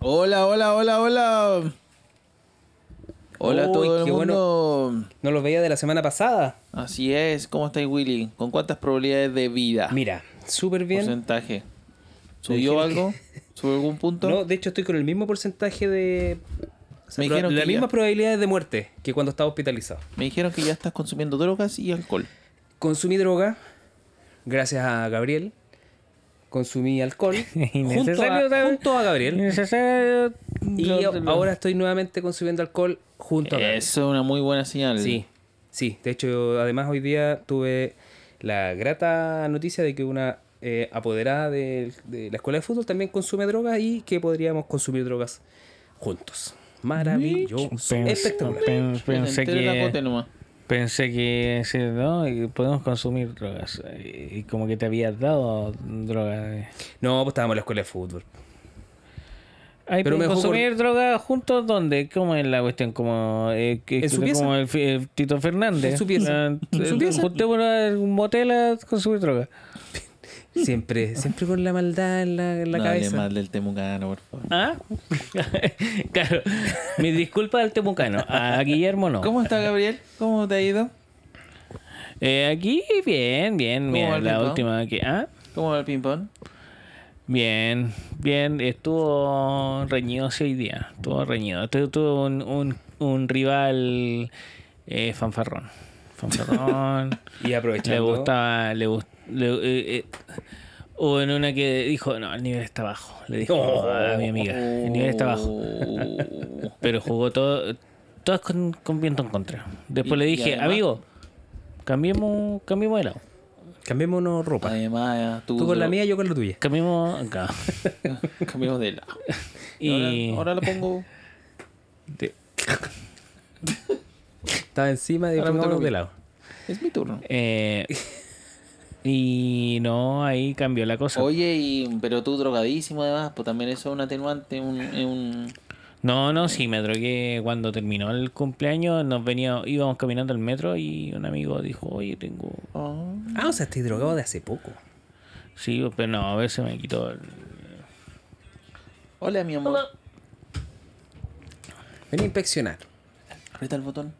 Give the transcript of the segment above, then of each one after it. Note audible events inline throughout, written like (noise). Hola, hola, hola, hola. Hola a Uy, todos, el qué mundo. No los veía de la semana pasada. Así es, ¿cómo estáis, Willy? ¿Con cuántas probabilidades de vida? Mira, súper bien. Ah. Porcentaje. Me ¿Subió dijeron algo? (laughs) ¿Subió algún punto? No, de hecho estoy con el mismo porcentaje de... o sea, Me pro- dijeron las que mismas ya. probabilidades de muerte que cuando estaba hospitalizado. Me dijeron que ya estás consumiendo drogas y alcohol. Consumí droga, gracias a Gabriel. Consumí (laughs) alcohol, junto Innecesario, a, ¿sabes? junto a Gabriel. Innecesario. Y Lo- a- ahora estoy nuevamente consumiendo alcohol junto a Gabriel. Eso es una muy buena señal. Sí, sí. De hecho, además hoy día tuve la grata noticia de que una eh, apoderada del- de, la escuela de fútbol también consume drogas y que podríamos consumir drogas juntos. Maravilloso. Pens- Espectacular. pens- Pero pensé entero la cote que nomás. pensé que sí, no Y podemos consumir drogas y y como que te habías dado drogas No, pues estábamos en la escuela de fútbol. Ay, Pero pero me consumir drogas juntos dónde cómo es la cuestión como eh, que- En su como pieza. el, fi- el Tito Fernández En su pieza. Ah, En su eh, pieza. juntémonos en un motel a consumir drogas (laughs) Siempre, siempre con la maldad en la, en la no hable cabeza. mal del Temucano, por favor. ah (laughs) claro mis disculpas al temucano a Guillermo no ¿Cómo está, Gabriel? ¿Cómo te ha ido? Eh, aquí bien bien ¿Cómo va mira el la ping-pong? última que ah ¿Cómo va el ping-pong? Bien, bien, estuvo reñido ese día, estuvo reñido, Tu- tuvo un, un, un rival eh, fanfarrón, (laughs) fanfarrón, Y le aprovechando. gustaba, le gustaba, hubo en una que dijo, no, el nivel está bajo, le dijo "Oh, a mi amiga, el nivel (laughs) está bajo, Oh. pero jugó todo, todas con, con viento en contra, después Y- le y dije, además- amigo, cambiemos, cambiemos de lado, Cambiémonos ropa. Además, tú, Tú con la mía, yo con la tuya. cambiemos acá, (laughs) Cambiamos de lado. y... Ahora, ahora lo pongo. Estaba encima de Ahora me toca a pongámonos mí. de lado. Es mi turno. Eh, y no, ahí cambió la cosa. Oye, y, pero tú drogadísimo además, pues también eso es un atenuante, un, es un- No, no, sí, me drogué cuando terminó el cumpleaños. Nos venía, íbamos caminando al metro y un amigo dijo, oye, tengo... oh, Ah, o sea, estoy drogado de hace poco. Sí, pero no, a ver, se me quitó. el- Hola, mi amor. Ven a inspeccionar. Aprieta el botón.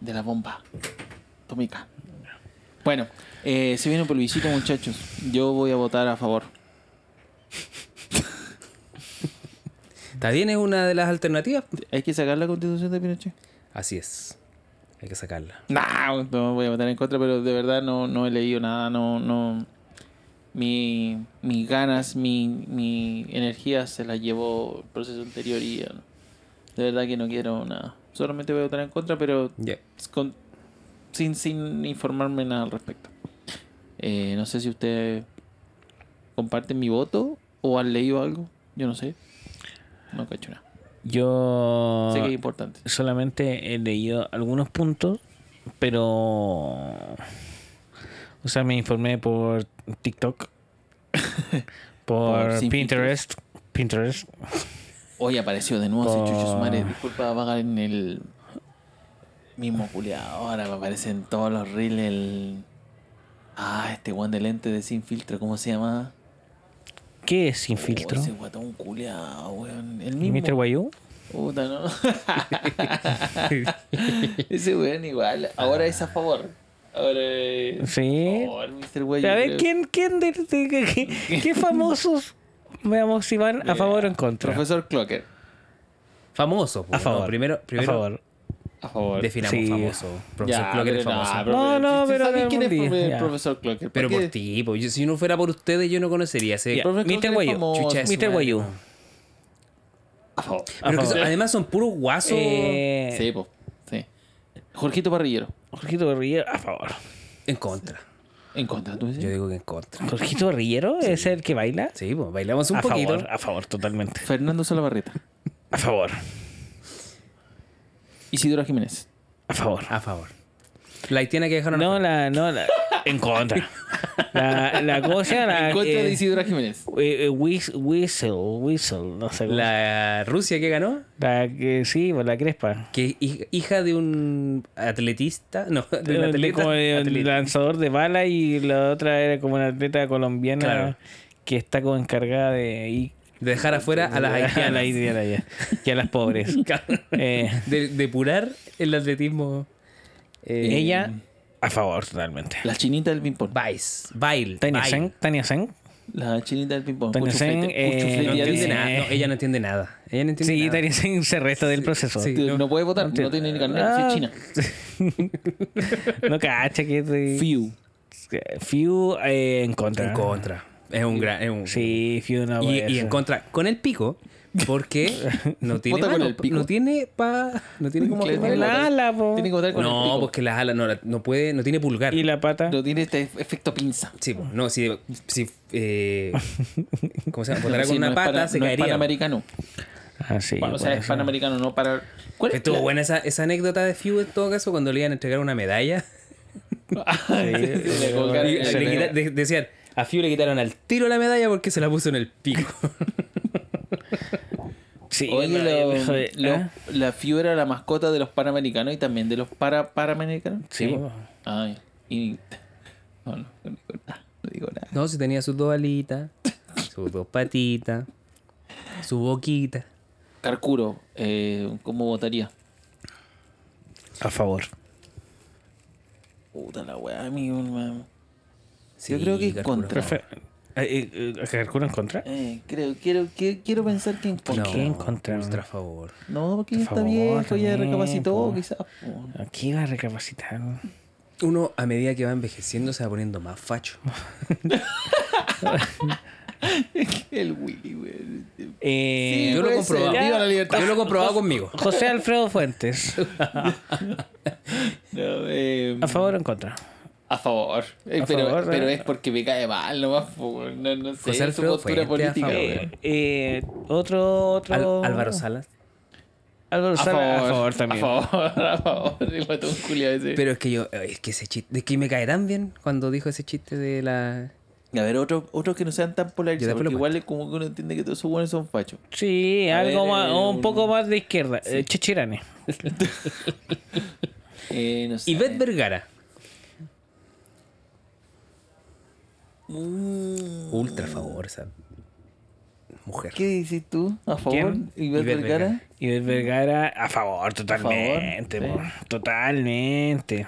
De la bomba. Tomica. Bueno, eh, se viene un plebiscito, muchachos. Yo voy a votar a favor. También es una de las alternativas. ¿Hay que sacar la constitución de Pinochet? Así es. Hay que sacarla. Nah, no voy a votar en contra, pero de verdad no, no he leído nada, no, no. Mi, mis ganas, mi, mi energía se las llevó el proceso anterior y eh, de verdad que no quiero nada. Solamente voy a votar en contra, pero Ya. con- sin, sin informarme nada al respecto. Eh, no sé si usted comparte mi voto o han leído algo, yo no sé. No cacho nada. Yo Sé que es importante. solamente he leído algunos puntos, pero... O sea, me informé por TikTok, (laughs) por, Por sin Pinterest, Pinterest, Hoy apareció de nuevo ese Por- chucho su madre. Disculpa, va en el mismo culiado. Ahora me aparecen todos los reels. El... Ah, este guan de lente de sin filtro, ¿cómo se llama? ¿Qué es sin Oh, filtro? ese guatón culiado, weón. El mismo. Mr. Guayú. Puta, (laughs) ¿no? ese weón igual. Ahora es a favor. Ahora es. Sí. a favor, Mr. Guay, a yo ver, eh. creo. ¿quién, quién de, de- qué- (laughs) qué, qué famosos veamos si van a favor o en contra? Profesor Clocker. Famoso. po. A favor. No, primero, primero a favor. A favor. definamos Sí. famoso. Profesor Ya, Clocker es pero famoso. pero- No, no, si- si pero sabes algún quién es día, el ya. profesor Clocker. ¿para pero qué? por ti, po. Yo- si no fuera por ustedes, yo no conocería ese. Ya. Profe Mr. Clocker Guayú, famoso, chucha de su Mr. madre, Guayú. po. A favor. Pero que son- favor. además son puros guasos. Eh, Sí, po. Sí. Jorgito Parrillero. Jorgito Guerrillero, a favor. En contra. En contra, tú dices. Yo digo que en contra. ¿Jorgito Guerrillero es el que baila? Sí, pues bailamos un a poquito. favor, a favor, totalmente. Fernando Salabarreta. A favor, Isidora Jiménez. a favor. A favor. La haitiana que dejaron. No, la, no, (laughs) la, en contra. La, la cosa, la... En contra de eh, Isidora Jiménez. eh, eh, whis- whistle, whistle, no sé. cómo se- La Rusia que ganó, la que sí, pues, la crespa. que es hi- hija de un atletista. No, de un Eh, atleta. como el atleta. lanzador de bala y la otra era como una atleta colombiana Claro. que está como encargada de ir De dejar afuera a las (laughs) a las haitianas. haitianas ya, y a (laughs) las pobres. Eh, De depurar el atletismo. eh, ella a favor totalmente. La chinita del ping-pong. Vice. Bail. Tania Sen, Tania Sen. La chinita del ping-pong. Tania Cucho Sen, Flete- Cucho eh, Flete No ya entiende dice, nada. No, ella no entiende nada. Ella no entiende Sí, nada. Tania Sen se resta del proceso. sí. "Tú no, no, puede votar, no, tiene ni carnet, Ah. soy china. No cacha que es de- Fiu. Fiu eh, en contra. En contra. Es un gran. es un- Sí, Fiu no Y, puede y en ser. contra, con el pico, (laughs) porque no tiene Vota con mano, el pico. no tiene pa, no tiene como Claro, que- tiene la que votar- ala, po. Tiene que votar con el no, pico. porque las alas no, la- no puede, no tiene pulgar. Y la pata. No tiene este efecto pinza. Sí, po, no, si, si eh, ¿cómo (laughs) se llama? Votara Sí, con una no es pata, pana- se no es caería. panamericano. Ah, sí, Bueno, o sea, puede es ser. panamericano, no para. ¿Cuál Que es Estuvo (laughs) la- buena esa, esa anécdota de Few en todo caso cuando le iban a entregar una medalla. Le Y colgaron- le se le- quita- de- decían, a Few le quitaron al tiro la medalla porque se la puso en el pico. Sí, Oye, no, lo- eh, joder, lo- ¿ah? la Fiu era la mascota de los panamericanos y también de los para panamericanos. Sí, po. Ay, y. (laughs) No, no, no digo nada. No digo nada. (laughs) No, si tenía sus dos alitas, sus dos patitas, su boquita. Carcuro, eh, ¿cómo votaría? a favor. Puta la weá, amigo. man. Yo Sí, creo que en Carcuro. contra. Prefe- eh, eh, eh, ¿Carcuro en contra? Eh, creo, quiero, quiero, quiero pensar que en No, contra. qué en contra? Ultra a favor. No, porque ya Por está favor, viejo, ya también, recapacitó, po. quizás. po. Aquí va a recapacitar. Uno a medida que va envejeciendo se va poniendo más (laughs) facho. El Willy, güey. Eh, Yo lo he puede ser. comprobado. Viva la libertad. Yo lo he comprobado conmigo. José Alfredo Fuentes. No, eh, ¿A favor o en contra? a favor. Eh, A pero, favor, pero eh. es porque me cae mal, nomás. po. No, no sé, José es su Alfredo postura Fuentes, a política. favor. güey. Eh, eh, otro, Al- otro. Álvaro Salas. Álvaro A Sala, favor, (laughs) a favor también. A favor, a favor. El guatón culiao ese. Pero es que yo, es que ese chiste, es que me cae tan bien cuando dijo ese chiste de la... Y a ver, otros otros que no sean tan Yo polarizados. después Porque lo igual es como que uno entiende que todos esos buenos son fachos. Sí, A algo ver, más, eh, un un- poco más de izquierda. Eh, Chechirane. Eh, no sé. Ivette Vergara. Mm, Ultra a favor esa mujer. ¿Qué dices tú? ¿A favor? ¿Quién? ¿Y ver Ivette Vergara? Vergara. Y Vergara a favor, totalmente. favor, po, Totalmente.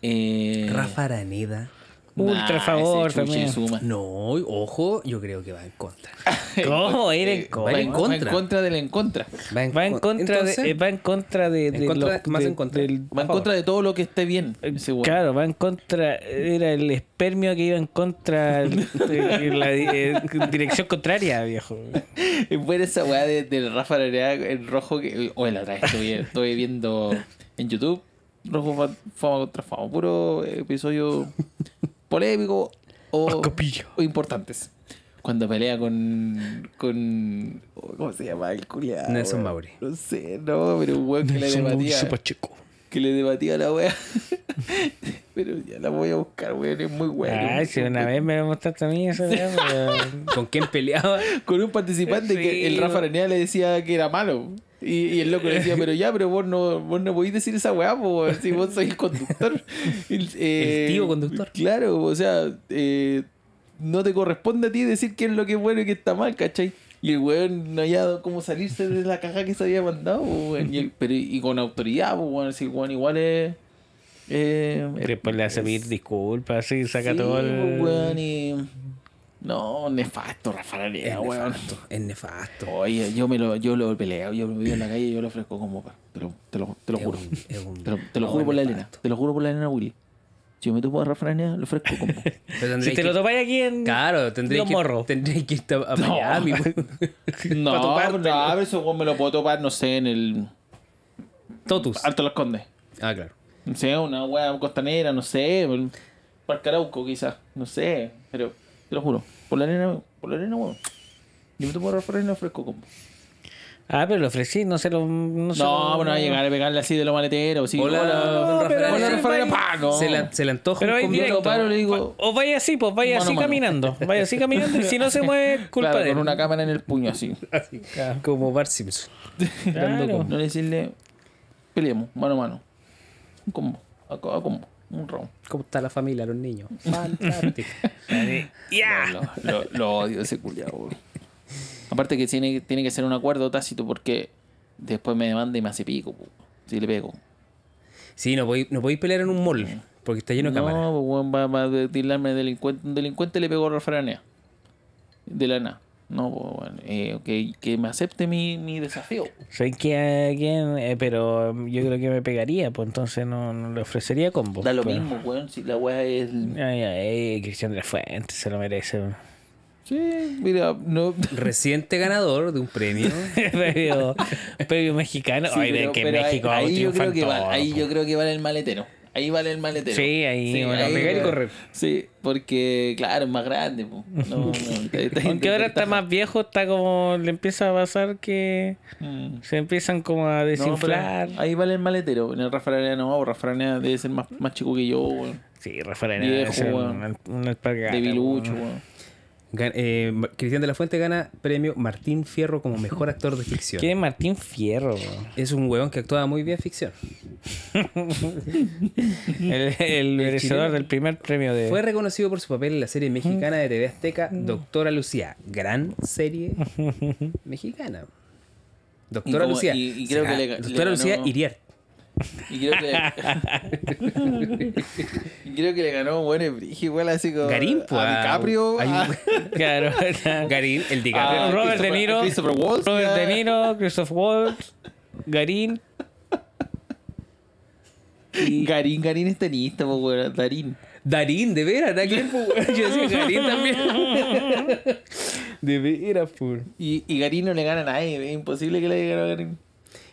Eh, Rafa Araneda. Ultra a ese favor chucha también. y suma. (laughs) No, ojo, yo creo que va en contra. ¿Cómo? Era en Eh, va contra. en contra. Va en contra. contra del en contra. Va en contra Entonces, de. eh, Va en contra de. en de contra- los- más de- en contra. del- Va en contra de todo lo que esté bien. Eh, ese weón. Claro, va en contra. Era el espermio que iba en contra. de la di- eh, dirección contraria, viejo. (laughs) Es buena esa weá de, del Rafa Araneda en rojo que. Oye, la otra vez estuve, (laughs) estuve viendo en YouTube. Rojo fa- fama contra fama. Puro episodio polémico o, o importantes. Cuando pelea con. con. oh, ¿Cómo se llama? El culiado. Nelson Mauri. No sé, no, pero un weón que le debatía. Ah, Que le debatía la weá. (laughs) pero ya la voy a buscar, weón. Es muy weá. Ah, Ay, si una vez me lo mostraste a mí (laughs) esa weá, pero- ¿Con quién peleaba? con un participante Sí, que el Rafa weón. Araneda le decía que era malo. Y, y el loco le decía, pero ya, pero vos no, vos no podís decir esa weá, po, weón, si vos sois el (laughs) conductor. El, eh, El tío conductor. Claro, o sea, eh, no te corresponde a ti decir qué es lo que es bueno y qué está mal, ¿cachai? Y el weón no había dado cómo salirse de la caja que se había mandado, po, weón. Y, el- pero, y con autoridad, po, weón, si el weón igual es... eh, es Después pues le hace pedir disculpas, sí, saca sí, todo el. po, weón, y- No, nefasto, Rafa Ah, Araneda, weón. Es nefasto. Oh, Oye, yo me lo, yo lo peleo, yo me veo en la calle y yo lo ofrezco como pa. Te lo, te lo, te lo Es juro. un- es un- Te lo, te lo no, juro por la es arena. nefasto. Te lo juro por la arena, Willy. Si yo me topo a Rafa Araneda, lo ofrezco como. Pero tendréis Si te que- lo topáis aquí en. Claro, tendréis Los que, morros. tendréis que ir a a (laughs) Miami. (laughs) No, Pa' topártelo. no, a ver, eso weón me lo puedo topar, no sé, en el. Totus. Alto Las Condes. Ah, claro. No sé, una wea costanera, no sé. el Parque Arauco, quizás. No sé. Pero te lo juro. Por la arena, por la arena, weón. Yo me topo a Rafa Araneda y lo ofrezco como. Ah, pero lo ofrecí, no se lo. No, se No, lo- pero no va a llegar a pegarle así de los maleteros. Así, Hola, don Rafa pero- Araneda. Hola, Rafa Araneda. pa, no. Se, la, se le antoja ah, Pero un hay convito. directo. paro, le digo- O vaya así, pues vaya Mano, así mano. caminando. Vaya así caminando y si no se mueve, culpa (laughs) Claro, de él. con una cámara en el puño así. Como Bart Simpson. Claro. No decirle, peleemos, mano a mano. Un combo, a, co- a combo. Un ron. ¿Cómo está la familia, los niños? Fantástico. Ah. No, Lo, lo- lo odio ese culiado, weón. Aparte que tiene, tiene que ser un acuerdo tácito porque después me demanda y me hace pico, po, si le pego. sí, no podéis no podéis pelear en un mall porque está lleno de cámaras. No, pues, weón, va, va a titularme de delincuente. Un delincuente le pegó a refranea. De la nada. No, pues, weón, eh, que, que me acepte mi, mi desafío. Soy quien, quien, eh, pero yo creo que me pegaría, pues entonces no, no le ofrecería combo. Da lo Pues, pero- mismo, weón. Si la weá es. Ay, ay, Cristian de la Fuente se lo merece. (laughs) weón. Sí, mira, no. Reciente ganador de (laughs) un premio. premio, premio mexicano. Sí, Ay, de pero- que pero ahí- México pues. ahí, yo triunfa creo en que vale, todo, ahí po. yo creo que vale el maletero. Ahí vale el maletero. Sí, ahí, bueno, Eh, pegar y correr. Sí, porque claro, es más grande. po. No, no, está- está- (laughs) Aunque ahora está más viejo, está como. Le empieza a pasar que. Mm. Se empiezan como a No, desinflar. pero ahí vale el maletero. En el Rafa Aranea no, Rafa Aranea debe ser más, más chico que yo, weón. Sí, Rafael Arenal Viejo, es un- weón. un alpargata, Debilucho, weón. weón. Gan- eh, Ma- Cristian de la Fuente gana premio Martín Fierro como mejor actor de ficción. ¿Quién es Martín Fierro? (laughs) weón? Es un huevón que actuaba muy bien en ficción. El, el merecedor chileno. del primer premio de. Fue reconocido por su papel en la serie mexicana de TV Azteca Mm. Doctora Lucía. Gran (laughs) serie mexicana. Doctora como- Lucía. y- y creo Será- que le ga- le Doctora ganó- Lucía Iriart. Y creo que y (laughs) creo que le ganó un buen brígido, igual así como Garín, pues, a a- ah, DiCaprio, ah, hay un- (laughs) (laughs) a- (laughs) Claro. Garín, el DiCaprio. a Ah, Robert De Christopher- Niro. a Christopher Waltz, Robert ya. De Niro, Christoph Waltz, Garín. Garín, Garín es tenista, po, weón, Darín. Darín, de veras, nada que ver, pues, weón. Yo decía Garín también. (laughs) de veras, pues. Y, y Garín no le gana a nadie, es imposible que le haya ganado a Garín.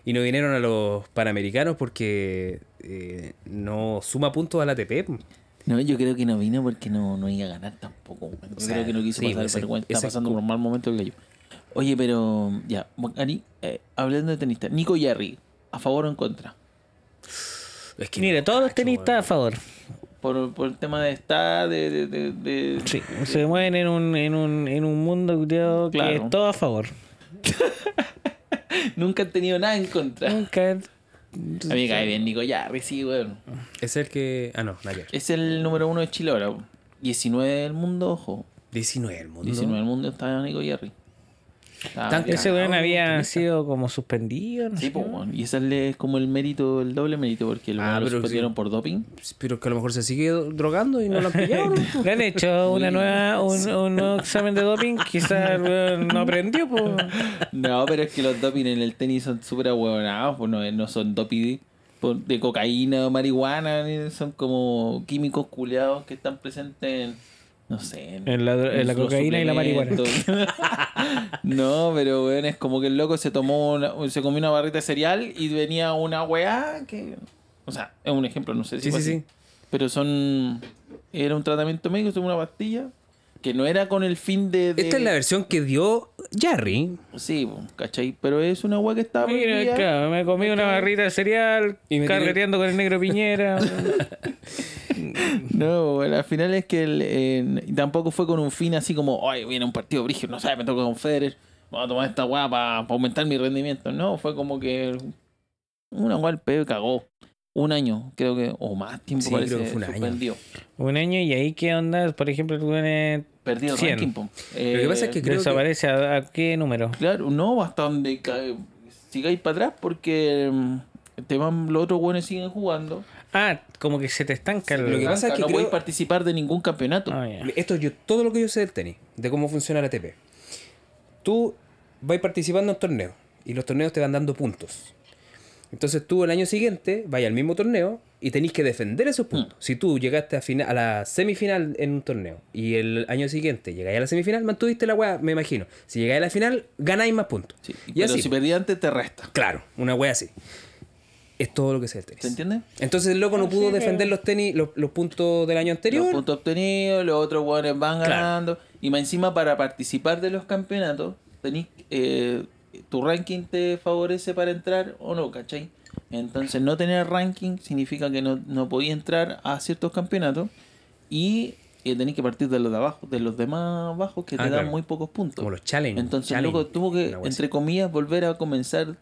Y no vinieron a los Panamericanos porque eh, no suma puntos al ATP. pues. No, yo creo que no vino porque no, no iba a ganar tampoco. weón. Yo O sea, creo que no quiso sí, pasar ese- vergüenza. Está ese- pasando por un mal momento el gallo. Oye, pero ya, bueno, Ari, eh, hablando de tenista, Nico Yarri, ¿a favor o en contra? Es que Mire, no, todos los cacho, tenistas weón. a favor. Por, por el tema de estar, de... de, de, de- Sí, se mueven en un, en un, en un mundo culiao que Claro. es todo a favor. Nunca han tenido nada en contra. A Nunca. mí me cae bien Nico Yarri, sí, weón. Es el que. Ah, no, nada que ver. Es el número uno de Chile ahora. weón. 19 del mundo, ojo. 19 del mundo. 19 del mundo está Nico Yarri. Está Tan- bien. Ese weón Cagado, había tenista. sido como suspendido. No Sí, sé. pues, weón. Y ese es le- como el mérito, el doble mérito, porque lo Ah, lo pero sí. suspendieron por doping. Pero que a lo mejor se sigue drogando y no lo han pillado. (laughs) ¿no? Le han hecho una nueva, un, un nuevo examen de doping. Quizás weón, no aprendió. Pues. No, pero es que los doping en el tenis son súper ahueonados, pues no, no son doping de, de cocaína o marihuana, ni- son como químicos culeados que están presentes en, no sé, En la- en la los cocaína y la marihuana. suplementos. (laughs) no, pero weón, es como que el loco se tomó, una- se comió una barrita de cereal y venía una weá que, o sea, es un ejemplo, no sé si Sí, fue pues, sí, así. sí. Pero son, era un tratamiento médico, se tomó una pastilla que no era con el fin de... de- Esta es la versión que dio Jerry. Sí, po, ¿cachai? Pero es una weá que estaba Mira, prohibida. claro, me comí una barrita de cereal, Y me tiré- carreteando con el negro Piñera. No, bueno, al final es que el, eh, tampoco fue con un fin así como, ay, viene un partido brígido, no sé, me toca con Federer, voy a tomar esta weá para aumentar mi rendimiento. No, fue como que una weá el pedo cagó. Un año, creo que, o más tiempo Sí, parece, creo que fue un año. suspendió. un año y ahí, ¿qué onda? Por ejemplo, el weón eh, Perdió el Cien. ranking, po. Eh, Lo que pasa es que creo que. desaparece. ¿A, a qué número? Claro, no, hasta donde ca- sigáis para atrás porque mm, te van, los otros weones siguen jugando. Ah, como que se te estanca el. Lo que pasa es que no creo- podéis participar de ningún campeonato. Ah, ya. Esto es yo, todo lo que yo sé del tenis, de cómo funciona la ATP. Tú vas participando en torneos y los torneos te van dando puntos. Entonces tú el año siguiente vas al mismo torneo y tenés que defender esos Mm. puntos. Si tú llegaste a, fina- a la semifinal en un torneo y el año siguiente llegáis a la semifinal, mantuviste la weá, me imagino. Si llegáis a la final, ganáis más puntos. Sí, y pero así. si perdí antes te resta. Claro, una wea así. Es todo lo que sea el tenis. ¿Se entiende? Entonces el loco no pudo defender los tenis, los, los puntos del año anterior. Los puntos obtenidos, los otros jugadores van Claro. ganando. Y más encima, para participar de los campeonatos, tenés, eh, tu ranking te favorece para entrar o no, ¿cachai? Entonces, no tener ranking significa que no, no podías entrar a ciertos campeonatos y eh, tenés que partir de los de abajo, de los demás bajos que Ah, te claro. dan muy pocos puntos. Como los challenge, Entonces, challenge, luego tuvo que, una wea entre así. comillas, volver a comenzar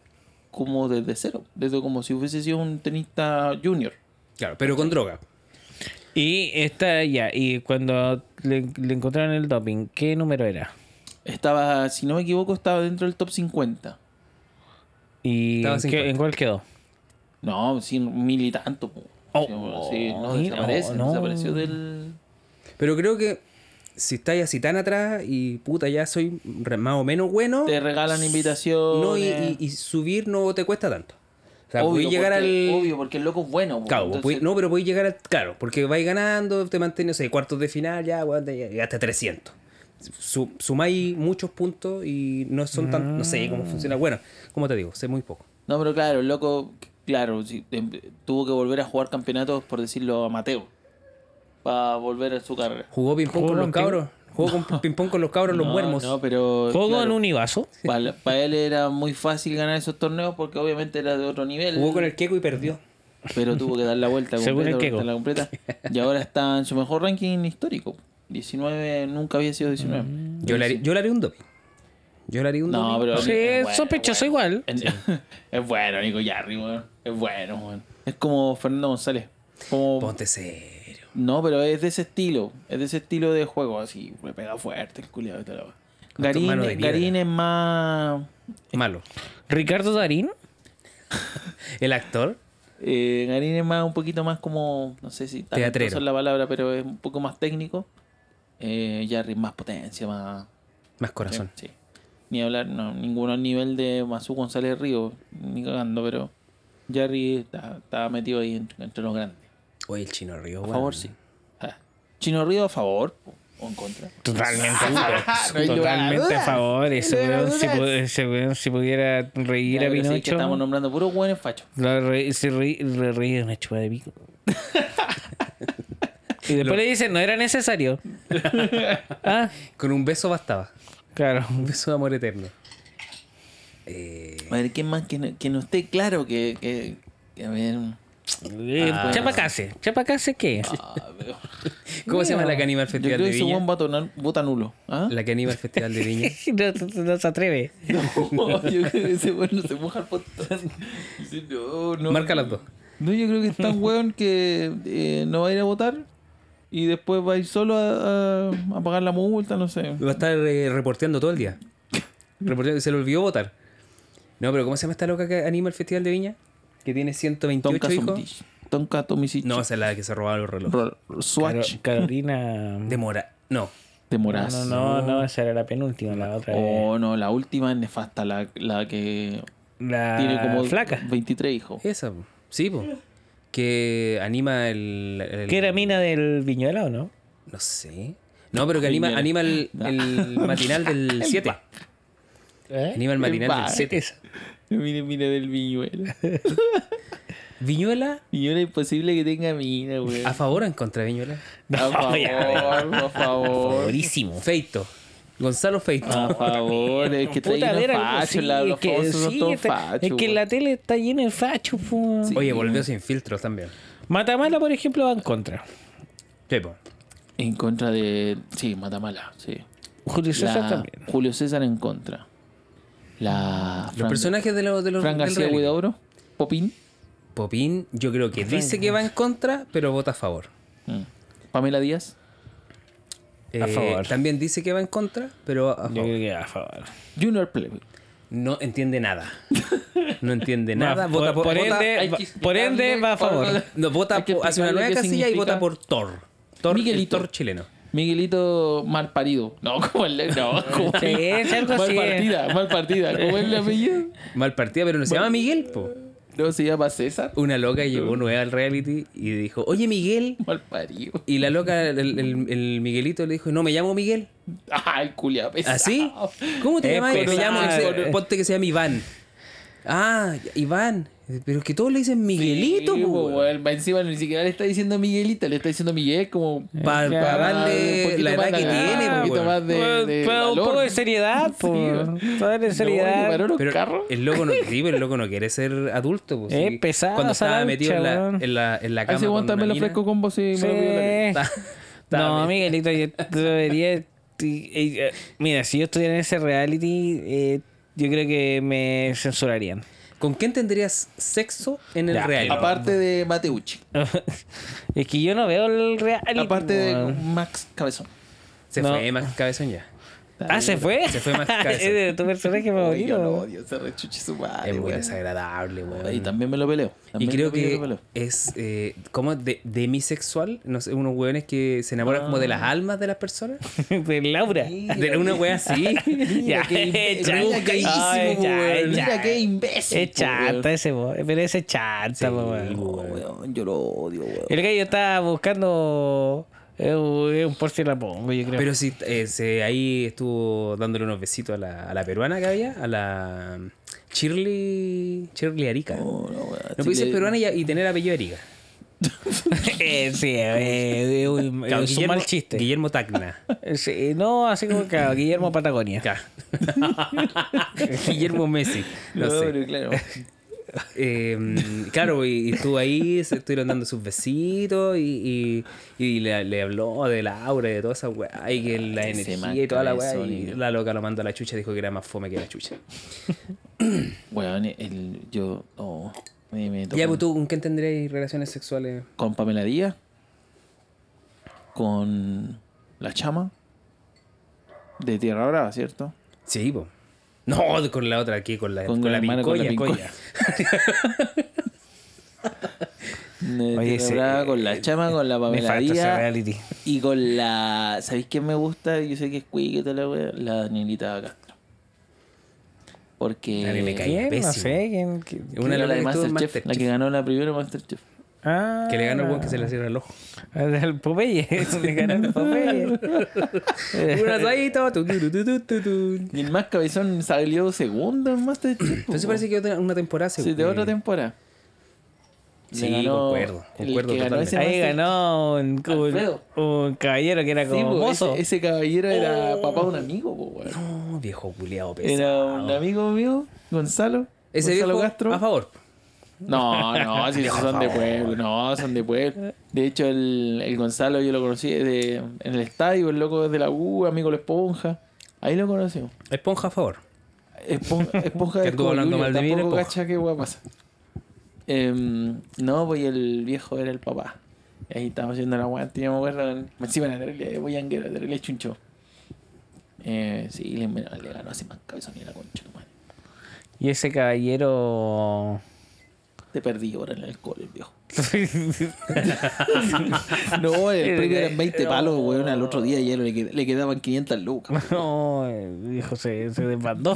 como desde cero, desde como si hubiese sido un tenista junior. Claro, pero con droga. Y esta ya, y cuando le, le encontraron el doping, ¿qué número era? Estaba, si no me equivoco, estaba dentro del top 50. ¿Y Estaba en, qué- 50. en cuál quedó? No, sí, mil y tanto. po. Oh, sí, no, mira, oh, desaparece, no. desapareció del... Pero creo que si estáis así tan atrás y puta, ya soy re- más o menos bueno, Te regalan invitaciones. no, y, y- y subir no te cuesta tanto. O sea, obvio, podéis llegar porque, al. obvio, porque el loco es bueno. po. Claro, Entonces, podéis- no, pero podéis llegar al. Claro, porque vais ganando, te mantienes, no sé, cuartos de final, ya, weón, te- llegaste a 300. Su- sumáis muchos puntos y no son tan. No sé Mm. cómo funciona. Bueno, como te digo, sé muy poco. No, pero claro, el loco, claro, sí, em- tuvo que volver a jugar campeonatos, por decirlo, amateur. Para volver a su carrera. ¿Jugó ping-pong ¿Jugó con los ping- cabros? ¿Jugó con ping-pong con los cabros, los no, muermos? No, pero. ¿Juego en un Ibaso? Para, él era muy fácil ganar esos torneos porque obviamente era de otro nivel. Jugó con el queco y perdió. Pero tuvo que dar la vuelta (laughs) Según el completa, Keiko. dar la completa. Y ahora está en su mejor ranking histórico. 19, nunca había sido 19. Mm, Yo le, haré, yo le haré un doping. Yo le haré un No, doping. pero. Sí, es es sospechoso igual. Es, (laughs) es bueno, Nico Yarri, weón. Es bueno, weón. Es como Fernando González. Como Ponte serio. No, pero es de ese estilo. Es de ese estilo de juego, así. Me pega fuerte el culiado y todo lo- Garín, mano de piedra. Garín es más. Malo. ¿Ricardo Darín? El actor, eh, Garín es más un poquito más como. No sé si talentoso Teatrero. es la palabra, pero es un poco más técnico. Eh, Jarry más potencia, más. más corazón. Sí. Ni hablar, no, ninguno al nivel de Masu González Río, ni cagando, pero. Jarry está, está metido ahí en- entre los grandes. Oye, el chino río, A favor, sí. Ah. Chino Río a favor o en contra. Totalmente, no hay totalmente duda. ah, a favor. Ese No hay weón, si, duda. pu- ese weón, si pudiera reír Ya, a pero sí, que Pinocho, estamos nombrando puro hueones fachos. la re- se reí- le reí de una chupa (laughs) de pico. y después le dicen, no (laughs) era necesario. ah, Con un beso bastaba. claro. Un beso de amor eterno. Eh, A ver, ¿qué más? Que no, que no esté claro que... que, que a (laughs) ver... Eh, Chapacase. ¿Chapacase qué es? Ah, pero- ¿Cómo se llama la que anima el Yo creo Festival que de ese Viña? hueón vota, vota nulo. (laughs) ¿Ah? (laughs) La que anima el Festival de Viña. no, (laughs) no se atreve. No, yo creo que ese hueón no se moja el podcast. Sí, No, (laughs) no. Marca las dos. No, yo creo que está (laughs) un hueón que eh, no va a ir a votar y después va a ir solo a, a- a pagar la multa, no sé. Va a estar eh, reporteando todo el día. Reporteando, se le olvidó votar. No, pero ¿cómo se llama esta loca que anima el Festival de Viña? Que tiene Tonka 128 hijos. Sumitich. Tonka Tomisich. No, esa es la que se robaba los relojes. Ro- Swatch Caro- Carolina. (laughs) De Mora. No. de No, Moraz. no, no, no, esa era la penúltima, la otra. Oh, no, la última es nefasta, la, la que la tiene como Ah, flaca. 23 (laughs) hijos. Esa, po. sí, po. Que anima el. el- Que era mina del Viñuela, ¿o no? No sé. No, pero que anima, anima (laughs) el, el matinal del 7. ¿Eh? (laughs) Anima el matinal va. del 7. Mire, mire del viñuela. Viñuela, Viñuela es posible que tenga mina, güey. a favor o en contra de Viñuela. Ah, (laughs) No, a (laughs) favor, por favor. Favorísimo. Feito. Gonzalo Feito. A favor, es que trae Puta, unos era algo- fachos, sí, la, los es que, famosos son sí, todos está- fachos. es que güey. la tele está llena de fachos. po. Oye, volvió sin filtro también. Matamala, por ejemplo, va en contra. Sí, po. En contra de... Sí, Matamala, sí. Julio César La- también. Julio César en contra. La... Los personajes de los. De los Fran del García reality. Huidobro. Popín. Popín, yo creo que dice que va en contra, pero vota a favor. Mm. Pamela Díaz. Eh, favor. También dice que va en contra, pero a Yo favor. creo que a favor. Junior Playboy. No entiende nada. No (laughs) entiende nada. Va, vota por, por vota- ende, hay va- que por ende, explicarle va a favor. por- (laughs) No, vota Hay que por- hace una explicarle nueva qué casilla y significa. vota por Thor. Thor, Miguelito. el Thor chileno. Miguelito mal parido. No, (laughs) como el no, como Sí, es algo mal así. partida, mal partida. ¿Cómo es el apellido? Mal partida, pero no se llama Miguel, po. No se llama César. Una loca llegó nueva al reality y dijo, oye Miguel. Mal (laughs) parido. Y la loca, el, el- el Miguelito le dijo, no, me llamo Miguel. Ah, el culiao pesado. ¿Así? ¿Cómo te Es llamas? Me pesado. llamo, ponte que se llama Iván. Ah, Iván. Pero es que todos le dicen Miguelito, Sí, po. po, el- Encima ni siquiera le está diciendo Miguelito, le está diciendo Miguel como... Para Ya, un darle poquito la más edad que de- tiene, un po, poquito weón. más de, Pues, de pero un valor. poco de seriedad, Sí, por weón. de No, seriedad. ¿le pararon Pero carro? el loco no, sí, pero el loco no quiere ser adulto. pues, Es sí. pesado Cuando esa estaba lancha, metido en la, weón. en la, en la A cama. ese con guante una también lo mina. ofrezco con vos y me lo pido también. Sí. Está- está- No, Miguelito, yo (laughs) debería. ti- eh, eh, Mira, si yo estuviera en ese reality, eh, yo creo que me censurarían. ¿Con quién tendrías sexo en el Ya, real? pero- Aparte de Mateucci. es que yo no veo el reality. Aparte de weón. Max Cabezón. Se no. fue Max Cabezón ya. Ah, se fue. Se (laughs) fue más cabezón. es de tu personaje Oye, Yo lo favorito. odio, ese rechuche su Ah, madre, Es muy weón. desagradable, Y weón. también me lo peleo. Y También creo lo peleo, que lo peleo. es eh, como de, demisexual, no sé, unos weones que se enamoran como de Ah. las almas de las personas. (laughs) de (laughs) Laura. De una wea (laughs) así. (laughs) Ya, qué- ya, mira qué ay, ísimo, ya, weón. ya. Mira qué imbécil. Es po, chanta pues, weón. ese, bo- pero ese es chanta, po, weón. Weón, Yo lo odio, weón. El gallo estaba buscando eh, un por si la pongo, yo creo. Pero sí, eh, se- ahí estuvo dándole unos besitos a la, a la peruana que había, a la Shirley, Shirley Arica. Oh, No, No, no, weón. puede ser Chile- (laughs) peruana y, y tener apellido Arica. (laughs) Eh, sí, (laughs) eh, eh, un- Claro, es un mal chiste. Guillermo Tacna. Sí, no, así como que Guillermo Patagonia. Acá. (laughs) Guillermo Messi. No, No, sé. pero claro. Eh, claro, y, y estuvo ahí, se estuvieron dando sus besitos y, y, y le, le habló de Laura y de toda esa weá, y que la Ese energía man y toda la weá, cabezón, y y- la loca lo mandó a la chucha, dijo que era más fome que la chucha. (laughs) Weón, el, yo. Oh, me, me tocó Ya, pues tú, ¿con quién tendréis relaciones sexuales? Con Pamela Díaz. Con. La chama. De Tierra Brava, ¿cierto? Sí, pues. No, con la otra aquí, con la, con Con la la hermana, con la pincoya. pincoya. De Oye, Tierra ese- Brava, con eh, la chama, con la Me Pamela falta ese Díaz. reality. Y con la. ¿Sabéis quién me gusta? Yo sé que es cuica y toda la wea. La Danielita Castro. Porque. A mí me cae. ¿Quién? No pésimo. sé quién. quién- Una de Era las la de que estuvo en Masterchef, la que Masterchef. ganó la primera Masterchef. Ah, Que le ganó el weón que se le cierra (laughs) el ojo. Al Ah, Popeye. (laughs) le ganó al Popeye. Un asadito. tu, tu, tu, tu, tu, tu. Y el más cabezón salió segundo en Masterchef. Entonces parece que otra- una temporada se. Sí, de otra temporada. Le Sí, concuerdo, el concuerdo que ganó ese Ahí Masterchef. ganó un, un- Alfredo. un caballero que era Sí, como po, mozo. ese, ese caballero era papá de un amigo, po, weón. No, viejo culiado Era pesado. un amigo mío, Gonzalo. Ese Gonzalo viejo, Castro. a favor. No, (laughs) no, si esos son de pueblo, no, son de pueblo. De hecho, el, el Gonzalo yo lo conocí de- en el estadio, el loco es de la U, amigo de la esponja. Ahí lo conocí. Esponja a favor. Espon- (laughs) Esponja Que de estuvo hablando mal de mí, tampoco Esponja. cacha qué hueá pasa. Em, no, pues y el viejo era el papá. Y ahí estábamos haciendo la guante y me acuerdo. en- Encima era terrible boyanguero, terrible chuncho. Eh, sí, le, le ganó así más cabezón y la concha, tu madre. Y ese caballero. (laughs) Te perdí ahora en el alcohol, el (laughs) viejo. No, el premio eran 20 palos, weón. Al otro día ya le, qued- le quedaban 500 lucas. no, eh, el hijo se, se desbandó.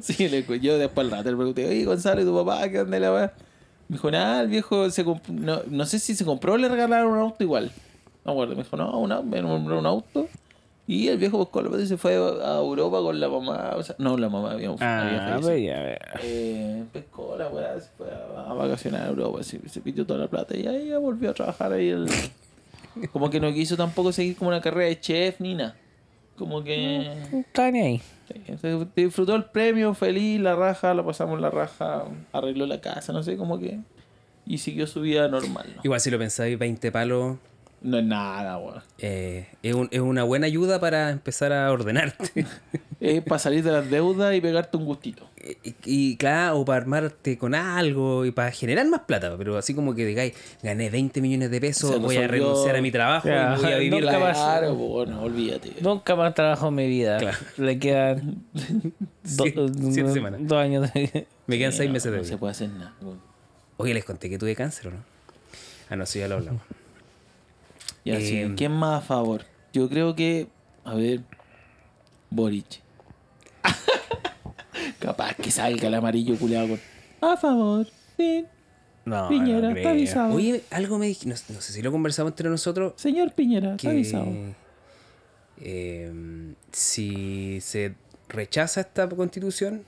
Sí, le, yo después al rato le pregunté, oye, Gonzalo, ¿y tu papá qué onda la weá? Me dijo, nada, el viejo se comp- no, no sé si se compró o le regalaron un auto igual. No me acuerdo, me dijo, no, un auto, me compró un auto. Y el viejo buscó la plata y se fue a Europa con la mamá. O sea, no, la mamá había, (laughs) había Ah, fallecido. pues ya. Eh, pescó la weá, se fue a, a vacacionar a Europa, se, se pidió toda la plata y ahí ya volvió a trabajar ahí. El... Como que no quiso tampoco seguir como una carrera de chef ni nada. Como que... Está ni ahí. Sí, se disfrutó el premio, feliz, la raja, la pasamos la raja, arregló la casa, no sé, como que. Y siguió su vida normal. No, Igual si lo pensáis, 20 palos No es nada, weón. eh, es, un- es una buena ayuda para empezar a (laughs) ordenarte. Es para salir de las deudas y pegarte un gustito. y, y claro, o para armarte con algo y para generar más plata. Pero así como que digáis, gané 20 millones de pesos, Se voy a resolvió. renunciar a mi trabajo Ya, y voy a (laughs) vivir nunca la... más. Claro, bueno, olvídate. Nunca más trabajo en mi vida. (laughs) Le quedan do- Cien- cien do- semanas. dos años de. Me quedan Sí, 6 no, meses de No se vida. puede hacer nada. weón. Oye, les conté que tuve cáncer, ¿o ¿no? Ah, no, sí, ya lo hablamos. Y así, Eh, ¿quién más a favor? Yo creo que. A ver. Boric. (laughs) Capaz que salga el amarillo culeado con. A favor. sí, No, Piñera, no está creo. avisado. Oye, algo me dij- no, no sé si lo conversamos entre nosotros, Señor Piñera, está avisado. que eh, si se rechaza esta constitución,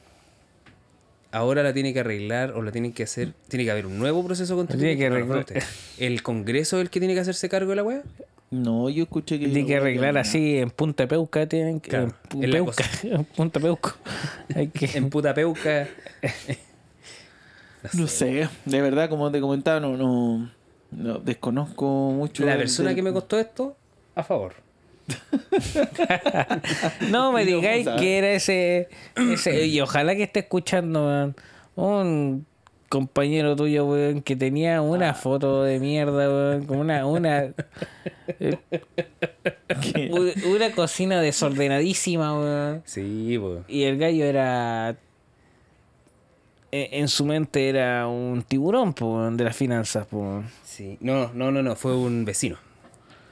ahora la tiene que arreglar o la tienen que hacer, tiene que haber un nuevo proceso constitucional. tiene que No, no, arreglar- espérate. El Congreso es el que tiene que hacerse cargo de la wea. No, yo escuché que. Tiene que arreglar así en Punta Peuca. Tienen que, Claro, en, es la Peuca, (laughs) en (laughs) Punta Peuco. Hay que. En puta peuca. No sé, de verdad, como te comentaba, no, no, no desconozco mucho. La del- persona del- que me costó esto, a favor. (laughs) No me Dios, digáis ¿sabes? (clears throat) que era ese, ese- Y ojalá que esté escuchando man, un compañero tuyo, weón, que tenía una Ah. foto de mierda, weón, como una, (laughs) una, eh, (laughs) u- una cocina desordenadísima, weón. Sí, po. Y el gallo era. e- En su mente era un tiburón, po, weón, de las finanzas, po, weón. Sí. No, no, no, no. Fue un vecino.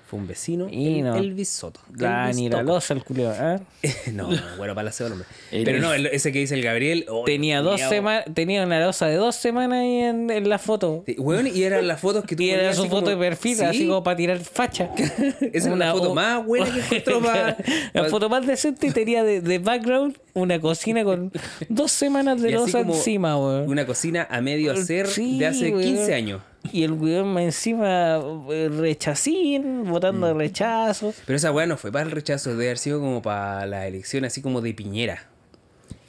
Fue un vecino. Y el, no. Elvis Soto. La Elvis ni la Topo. losa el culeo, ¿ah? (laughs) no, no, bueno, para la ceba, hombre. Elvis. Pero no, el- ese que dice el Gabriel. oh, Tenía dos culiao. semanas, tenía una losa de dos semanas ahí en, en la foto. Sí, weón, y eran las fotos que tú (laughs) Y era ponías su así foto de como- perfil, Sí, así como para tirar facha. (laughs) Esa era la foto más buena (laughs) que encontró para. La foto más decente tenía de, de background una cocina con (laughs) dos semanas de Y así losa como encima, weón. Una cocina a medio hacer Sí, de hace weón. 15 años. Y el weón más encima eh, rechacín, Mm. votando rechazos. Pero esa weá no fue para el rechazo, debe haber sido como para la elección, así como de Piñera.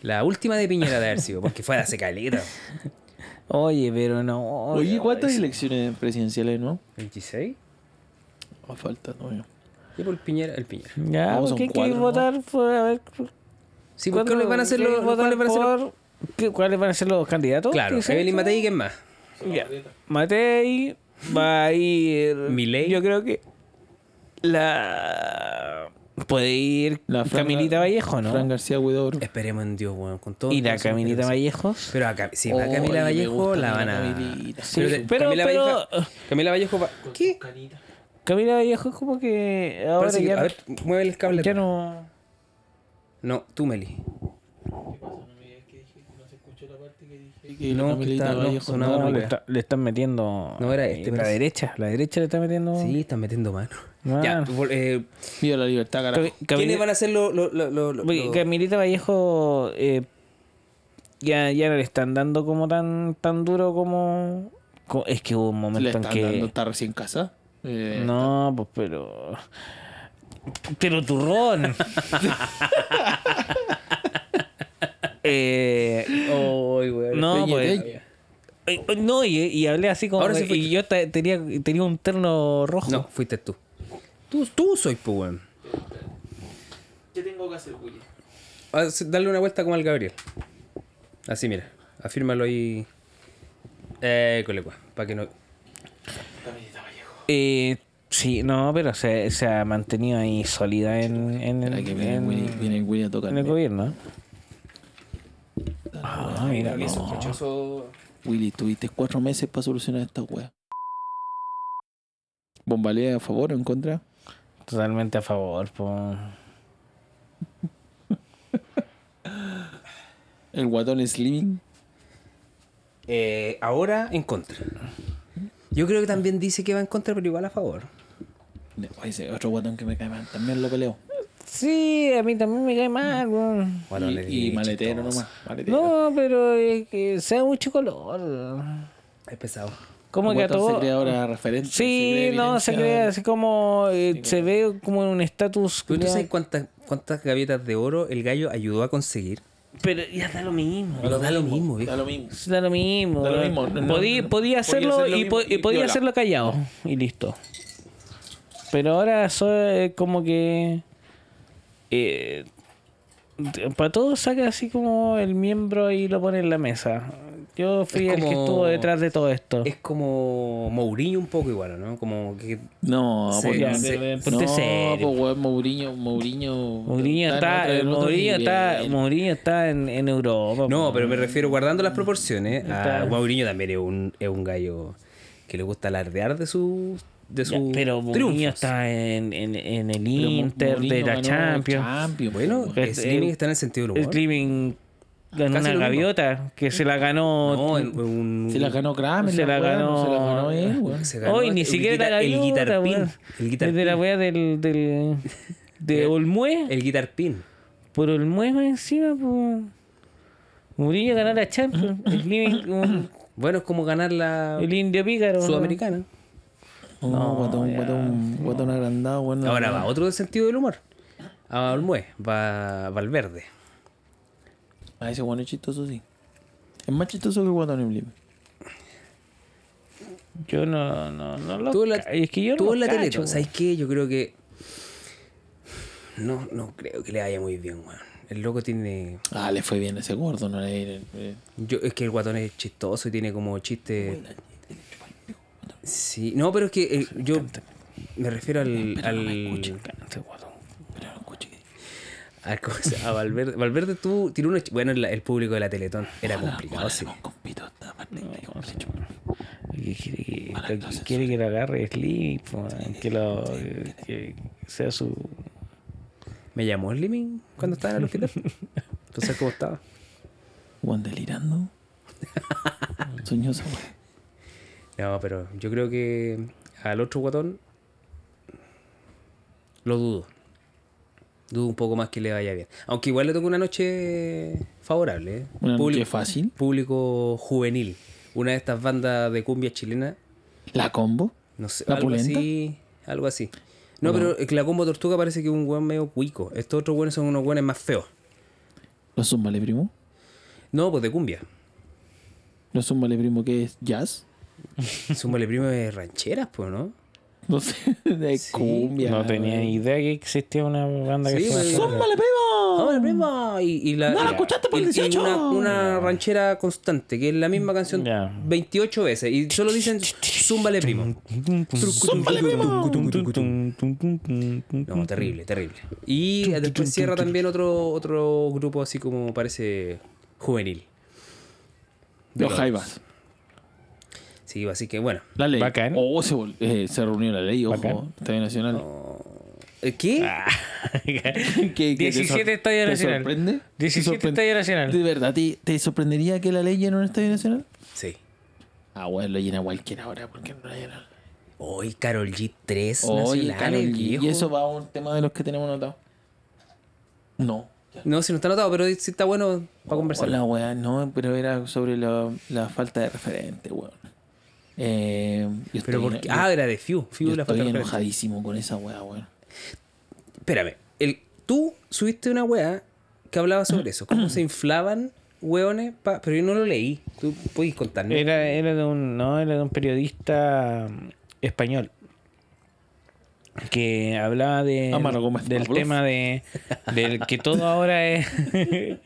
La última de Piñera de haber sido, porque fue de hace (laughs) caleta. Oye, pero no. Oye, ¿cuántas es- elecciones presidenciales, no? ¿26? O falta, no. yo. Y por el Piñera, el Piñera. Ya, Vamos a ¿por qué un cuadro, quieres Oh, ¿no? votar? Por, a ver, Sí, ¿por ¿cuándo qué van a ser queréis los, cuáles van a ser los- votar por- qué- ¿Cuáles van a ser los candidatos? Claro, ¿Dice? Evelyn Matei, ¿quién más? Ya. Matei va a ir. Milei. Yo creo que. La. Puede ir La Fran- Camilita Vallejo, ¿no? Fran García Huidobro. Esperemos en Dios, weón, con todo. y la corazón, Camilita pero- Vallejo. Pero a Cam- si va Oye, Camila me Vallejo, gusta la van Camila a. Camilita. Sí, de- pero- Camila, pero- Vallejo, Camila Vallejo va. ¿Qué? Camila Vallejo es como que. Ahora Parece que- ya, a ver, mueve el cable. ya no. No, tú, Meli. Y No, la que Camilita está- no, Vallejo, sonaba no, la No, le, wea. está- le están metiendo. No, era este, La parece. derecha. La derecha le está metiendo. Sí, están metiendo mano. Mano. Ya, vol- eh, Viva la libertad, carajo. Cami- ¿quiénes Camila- van a ser los. los- los- los- los- Porque Camilita Vallejo eh, ya, ya no le están dando como tan tan duro como, co- es que hubo un Le momento en están que dando, está recién casa. Eh, no pues pero (laughs) pero turrón Eh, Ay, weón. no pues, Peña, Peña. eh, eh, no y, y hablé así como Ahora sí fuiste. y yo te- tenía tenía un terno rojo No, fuiste tú. Tú, tú soy, pues, weón. ¿Qué tengo que hacer, Willy? Haz- Ah, Dale una vuelta como al Gabriel. Así, mira. Afírmalo ahí. Eh, colecua. Para que no. Eh, sí no pero se, se ha mantenido ahí sólida en en, Espera que viene en- el Willy, viene el Willy a tocar. en el gobierno. Ah, mira, no. Willy, tuviste cuatro meses para solucionar esta wea. ¿Bombalea a favor o en contra? Totalmente a favor, po. El guatón Slimming. Eh, ahora en contra. Yo creo que también dice que va en contra, pero igual a favor. Oye, ese otro guatón que me cae mal. También lo peleo. Sí, a mí también me cae mal, weón. Bueno, y, le y di maletero chistoso. nomás. Maletero. No, pero es que sea mucho color. Es pesado. Como que a Guatón se todo. cree ahora referente. Sí, no, se crea así como. eh, se ve como en un estatus. ¿Tú, tú culiao. sabes cuántas, cuántas gaviotas de oro el gallo ayudó a conseguir? Pero ya da lo mismo. Pero da lo mismo, viejo. Da lo mismo. Da lo mismo. Da lo weón. mismo, no, no, podía, no. podía Podía hacerlo, hacer lo y, mismo po- y y podía piola. hacerlo callado y listo. Pero ahora soy como que. eh, para todos saca así como el miembro y lo pone en la mesa. Yo fui Es el que como- estuvo detrás de todo esto. Es como Mourinho un poco igual, ¿no? Como que No, Sí, porque- Ya, sí. pero, eh, no, ponte serio. pues weón, Mourinho, Mourinho. Mourinho está, eh, en otro- en otro Mourinho está, nivel. Mourinho está en, en Europa. No, po. pero me refiero guardando las proporciones. A Está. Mourinho también es un, es un gallo que le gusta alardear de su de Ya, sus pero Mourinho triunfos. está en, en, en el Pero Mo- Inter, Mourinho de la ganó Champions. Bueno, pues, Es- Slimming el- está en el sentido del El humor. Clipping Casi ganó una lo mismo. gaviota que se la ganó. No, en- en un- weón. Se la ganó Kramer. Se weá, la no ganó- Se la ganó él, weón. se ganó Hoy ni el siquiera guitar- la el gaviota, guitar pin, weón. el guitar Desde la pin. wea del. (laughs) del de Olmué. El guitar pin. Por Olmué más encima, pues. Murillo ganó la Champions. El, Clipping, un- Bueno, es como ganar la el indio pícaro. ¿no? sudamericana. No, guatón, guatón, guatón agrandado, weón. no, Ahora no. va otro del sentido del humor. A Olmue, va Valverde. Ah, ese guano es chistoso, sí. Es más chistoso que el guatón en Lima. Yo no, no, no lo. Tú en la, ca- es que yo tú no en lo la cacho, Teletón, weón. ¿sabes qué? Yo creo que. No, no creo que le vaya muy bien, weón. El loco tiene. Ah, le fue bien ese gordo, no le. eh, Yo, es que el guatón es chistoso y tiene como chistes. Sí, no, pero es que eh, yo me refiero al. al, Cállate, guatón. Pero no escuché que- al Ah, ¿cómo se llama? a Valverde. Valverde tú tiene uno. Bueno, la- el público de la Teletón era complicado, sí. Con compito, está más negra y con leche. Y quiere que, lo que quiere que lo agarre Slim, po, que lo eh, que sea su Me llamó Slimming cuando estaba en el hospital. ¿Tú sabes cómo estaba? Juan (laughs) delirando. Soñoso, güey. No, pero yo creo que al otro guatón lo dudo. Dudo un poco más que le vaya bien. Aunque igual le tocó una noche favorable. ¿eh? Una Público- noche fácil. Público juvenil. Una de estas bandas de cumbia chilena. La combo. No sé, ¿La algo Pulenta? así. Algo así. No, pero es que la combo tortuga parece que es un buen medio cuico. Estos otros buenos son unos buenos más feos. Los zumbales, primo. No, pues (laughs) de cumbia. Los zumbales, primo, que es jazz. Súmale primo de rancheras, pues, ¿no? No sé, (laughs) de cumbia. no tenía idea que existía una banda que Sí, se pues, llama ¡Zúmbale, primo! Ah, Ahora, prima, Y, y la, Oh. No la y- escuchaste por y- y 18. una, una ranchera constante, que es la misma canción Ya. 28 veces. Y solo dicen Zúmbale, primo. ¡Zúmbale, primo! (laughs) (laughs) No, terrible, terrible. Y después cierra también otro, otro grupo así como parece juvenil. Los Jaivas. Sí, así que bueno. La ley. Bacán. Oh, se, vol- eh, se reunió la ley, ojo. Bacán. Estadio Nacional. ¿Eh, ¿Qué? Ah, ¿Qué- qué te 17 sor- Estadio te Nacional. sorprende? ¿Te 17 sorprende? Estadio Nacional. ¿De verdad te, te sorprendería que la ley llene un Estadio Nacional? Sí. Ah, bueno, lo llena cualquiera ahora, porque no lo llena. Hoy Carol G 3 Oye, Karol G, viejo. y eso va a un tema de los que tenemos notado. No. No, si no está anotado, pero sí está bueno para conversar. La weá, no, pero era sobre la, la falta de referente, weón. Eh, yo Pero estoy por eno- qué? yo- Ah, era de Fiu. Fiu yo la estoy falta de referencia. enojadísimo con esa weá, weón. Espérame, el, tú subiste una weá que hablaba sobre eso, cómo se inflaban weones, pa- pero yo no lo leí. Tú puedes contarme. Era, era de un no, era de un periodista mm, español que hablaba de Ah, mano, como es del Pavlov. tema de del que todo ahora es (laughs) de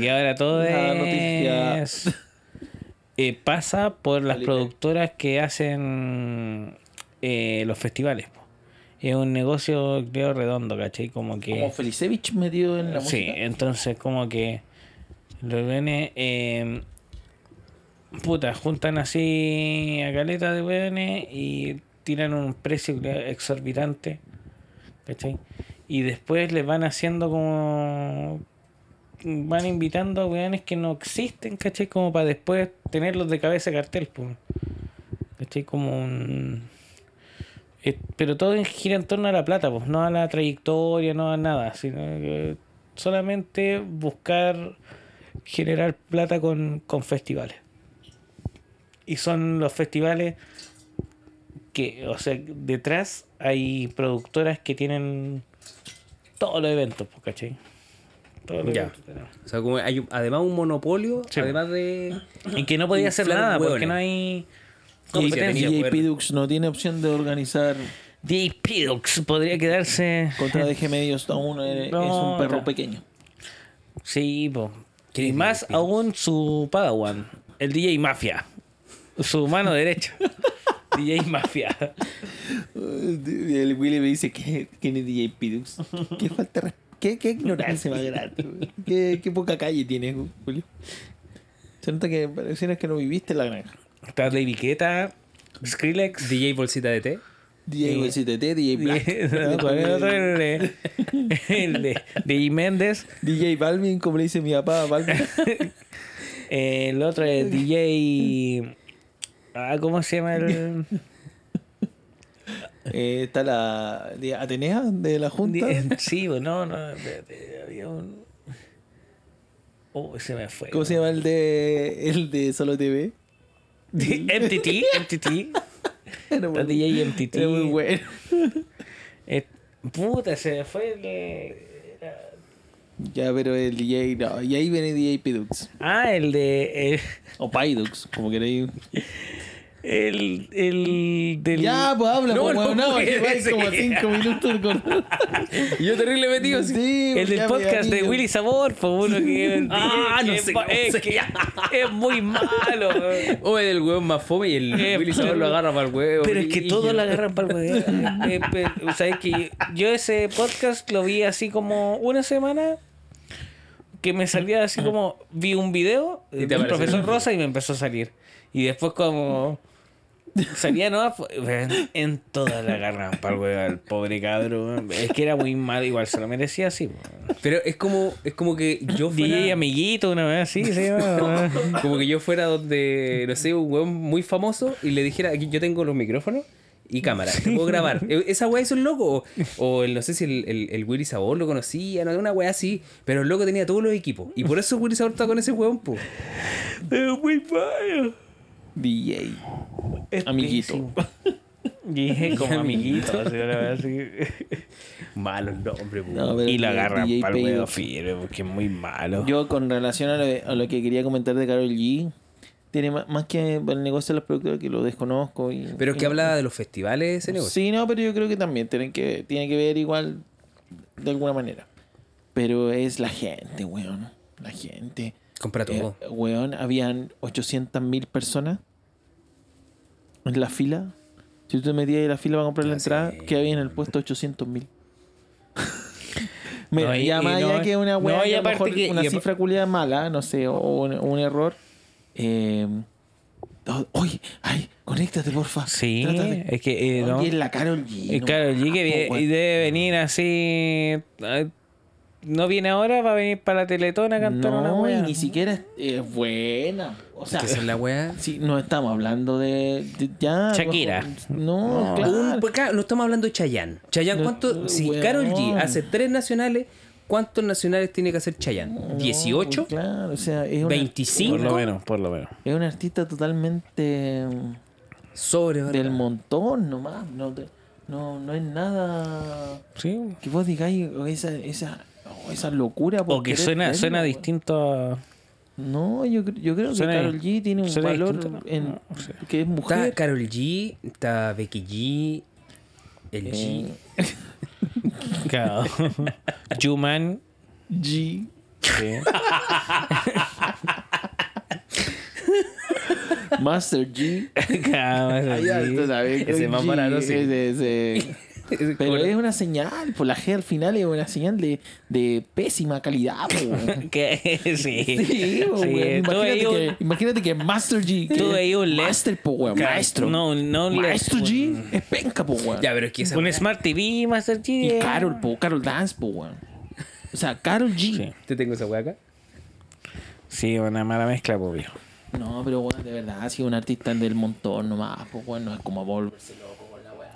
que ahora todo La noticia. es eh, pasa por las Felipe. productoras que hacen eh, los festivales. po. Es un negocio creo redondo, ¿cachai? Como que Como Felicevich metido en la Sí, música. entonces como que los weones, eh, puta, juntan así a caleta de weones y tiran un precio exorbitante, ¿cachai? Y después les van haciendo como... Van invitando a weones que no existen, ¿cachai? Como para después tenerlos de cabeza de cartel, pues. ¿Cachai? Como un... Eh, pero todo gira en torno a la plata, pues, no a la trayectoria, no a nada, sino que solamente buscar generar plata con, con festivales. Y son los festivales que, o sea, detrás hay productoras que tienen todos los eventos, pues, ¿cachai? Todos los Ya. eventos tenemos. O sea, como hay un- además un monopolio, Sí. además de... (laughs) Y que no podía hacer Inflar nada porque hueones. no Y hay que Y competencia. tenía- JP acuerdo. Dux no tiene opción de organizar DJ Pidox podría quedarse. contra DG Medios. Aún es, No, es un perro ya. pequeño. Sí, po. ¿Quién Y es más Miguel aún su Padawan, el DJ Mafia. Su (laughs) mano derecha. DJ Mafia. El Willy me dice que quién es DJ (laughs) Pidux. Qué falta de res- qué, qué ignorancia más grande. güey. Qué, qué poca calle tienes, Julio. Se nota que pareciera que no viviste en la granja. Está Lady Guetta, Skrillex. DJ Bolsita de (laughs) té. DJ Sí. Bolsita T, (laughs) DJ Black. No, ¿cuál era otro? el de, el de- DJ Méndez. DJ Balvin, como le dice mi papá, (laughs) Balvin. El otro es DJ. Ah, ¿Cómo se llama el.? Eh, está la de Atenea de la Junta. (laughs) Sí, po, no, no. espérate, Había un. Oh, se me fue. ¿Cómo (laughs) se llama el de el de Solo TV? MTT, (laughs) MTT. Era muy- Está DJ MTT. era muy bueno. Eh, puta, se me fue el. era- Ya, pero el DJ. no, y ahí viene DJ Pidux. Ah, el de. el- O Pidux, como queréis. El, el del... Ya, pues habla, No, pues, no weón, no, puede que vais ser. como cinco minutos (laughs) con... Y yo terrible metido así. Sí, pues, El del ya, podcast de niño. Willy Sabor, por (laughs) uno que. pues, Ah, no que sé pa- cómo es, se que llama. es muy malo. weón. O el weón más fome y el Eh, Willy Sabor lo agarra para el huevo. Pero es que todos lo la agarran para el huevo. Eh, pe- o sea, es que yo ese podcast lo vi así como una semana que me salía así como. Vi un video Y te del apareció. profesor Rosa y me empezó a salir. Y después, como. Salía no en todas la agarran para el huevo al pobre cabrón. Es que era muy malo, igual se lo merecía así. weón. Pero es como, es como que yo fuera... DJ amiguito, una vez así se llama. Como que yo fuera donde, no sé, un weón muy famoso y le dijera, aquí yo tengo los micrófonos y cámara, te puedo grabar. Eh, Esa weá es un loco. O, o el- no sé si el, el, el Willy Sabor lo conocía, no, una weá así, pero el loco tenía todos los equipos. Y por eso Willy Sabor está con ese weón, po. Es muy malo. DJ. Es Amiguito. pésimo. (laughs) Dije como amiguito. así, una vez (laughs) así. Malo el nombre, po. No, pero Y lo el agarran DJ para el Peido. huevo firme porque es muy malo. Yo con relación a lo, a lo que quería comentar de Carol G, tiene ma- más, que el negocio de los productores que lo desconozco. Y, Pero es y- que hablaba de los festivales ese negocio. Sí, no, pero yo creo que también tienen que, tiene que ver igual de alguna manera. Pero es la gente, weón. La gente. Compra todo. Eh, weón, habían 800 mil personas en la fila. Si tú te metías en la fila para comprar la Ah, sí. entrada, que había en el puesto 800 mil. Mira, No, y- ya y más allá no- que una no, weá, y que a lo aparte mejor que- una y apa- cifra culiada mala, no sé, o un, un error. Eh, oh, ¡Ay! ¡Ay! ¡Conéctate, porfa! Sí, Trata de- es que. eh, no. Oye, Ah, es la Carol G. Eh, no pues, claro, más, y que vie- po, y weón. debe venir así. eh, No viene ahora, va a venir para la Teletón a cantar una No, y wea. ni siquiera es eh, buena. O sea, Que esa es la weá. Sí, no estamos hablando de, de- ya. Shakira. bajo- no, Un- claro. pues, claro, no estamos hablando de Chayanne. Chayanne, No, ¿cuánto? no, si weón. Carol G hace tres nacionales, ¿cuántos nacionales tiene que hacer Chayanne? No, ¿18? pues, claro, o sea, es una, 25 Por lo menos, por lo menos. es una artista totalmente mm, sobre del montón nomás. No, te- no, no es nada Sí. que vos digáis o esa, esa, o esa locura. por O que querer suena, verlo, suena weón. distinto (laughs) a. No, yo, cre- yo creo Suena- que Carol G tiene un suena valor distinto, ¿no? en, No sé. que es Está mujer. Carol G, está Becky G, el Eh, G. Claro. (laughs) Juman. (laughs) G. Sí. (laughs) Master G. Claro, eso Ah, ya, sí. tú sabes, Ese Carol más G, barato, sí. ese- ese- (laughs) Pero es una señal, por la G al final es una señal de, de pésima calidad, po, weón. Que- (laughs) sí. (laughs) Sí, po, Sí, weón. tú imagínate, ahí que, un- imagínate que Master G. que tú ahí un LED. Master, po, weón, Claro, maestro. No, no un LED, maestro un- G es penca, po, weón. Ya, pero es que esa Un weá- Smart TV, Master G. Y eh. Carol, po, Carol Dance, po, weón. O sea, Carol G. Sí. Te tengo esa weá acá. Sí, una mala mezcla, pues viejo. No, pero weón, de verdad, ha sido un artista del montón nomás, po, weón. No es como volverse loco con la weá.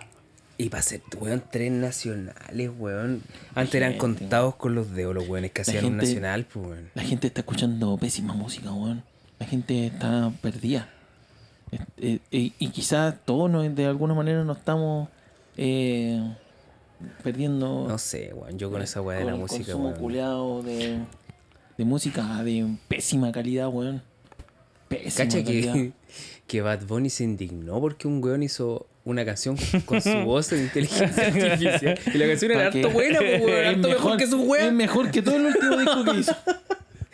Y para ser, weón, tres nacionales, weón. Antes eran Gente. contados con los dedos los weones que hacían un gente- nacional, pues, weón. La gente está escuchando pésima música, weón. La gente está perdida. Eh, eh, y quizás todos nos- de alguna manera nos estamos eh, perdiendo No sé, weón. Yo con esa weá de con la el música, consumo weón. culeado de, de música de pésima calidad, weón. Pésima Cacha calidad. (laughs) que, que Bad Bunny se indignó porque un weón hizo una canción (laughs) con su voz de inteligencia artificial. Y la canción era Pa' que- harto buena, pues, (laughs) weón. Es Harto mejor que su Es weón. mejor que todo el (laughs) último disco que hizo.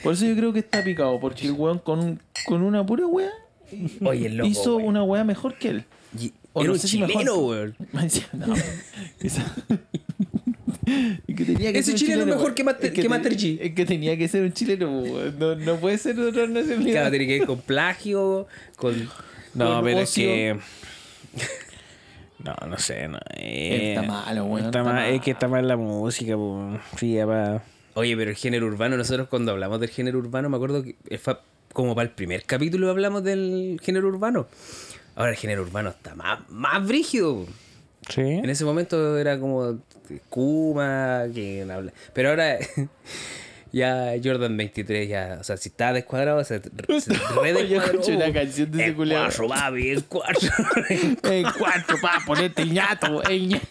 Por eso yo creo que está picado, porque el weón con, con una pura weá Oye, el loco, hizo weón. una weá mejor que él. Y- O Era no un sé si mejor. (laughs) chileno, weón. Me decía, no, esa- (laughs) Es que tenía que Ese ser un chileno mejor weón. que Master- Es que te- Master G. Es que tenía que ser un chileno, weón. no, no puede ser de otra nacionalidad. Claro, tiene que ver con plagio, con. No, Con pero ocio. es que. No, no sé. No, eh, Está malo, weón, está está mal- Es que malo. está mal la música, pues. Sí, ya va. Oye, pero el género urbano, nosotros cuando hablamos del género urbano, me acuerdo que fue como para el primer capítulo hablamos del género urbano. Ahora el género urbano está más, más brígido. ¿Eh? Sí. (laughs) En ese momento era como Kuma, quien habla. Pero ahora (laughs) ya Jordan 23, ya, o sea, si está descuadrado, (laughs) se, se Yo redescuadró. escuché una canción de ese En culiao. cuatro, papi, en cuatro. (laughs) En cuatro, pa, ponete el ñato, el ñato.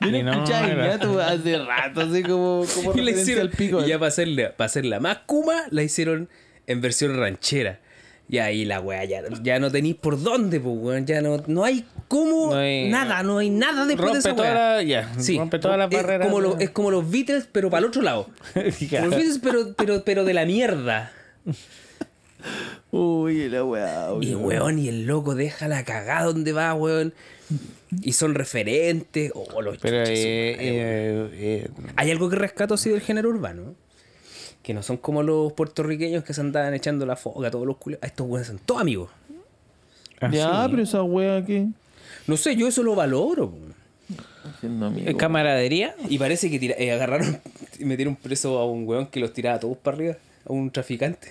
Yo Y no, no escuchaba el era- ñato hace rato, así como, como (laughs) y le referencia hicieron, al pico. eh. y ya para hacerla, para hacerla más Kuma, la hicieron en versión ranchera. Y ahí la weá, ya, ya no tenéis por dónde, pues, weón. Ya no, no hay cómo, No hay- nada, no hay nada después Rompe de esa toda weá. la, ya, Sí, rompe todas las es barreras. Como lo- es como los Beatles, pero para el otro (laughs) lado. ah, Como los Beatles, pero, pero, pero de la mierda. Uy, la weá. Y weón, y el loco deja la cagada donde va, weón. Y son referentes. Oh, los Pero chuches, eh, madre, weón. eh, eh, Hay algo que rescato así del género urbano. Que no son como los puertorriqueños que se andaban echando la foga, todos los culos. A estos weones son todos amigos. Ah, así. Ya, pero esa weá que. No sé, yo eso lo valoro. weón. Siendo amigo. ¿Eh, camaradería. Y parece que tira- eh, agarraron (laughs) y metieron preso a un weón que los tiraba a todos para arriba. A un traficante.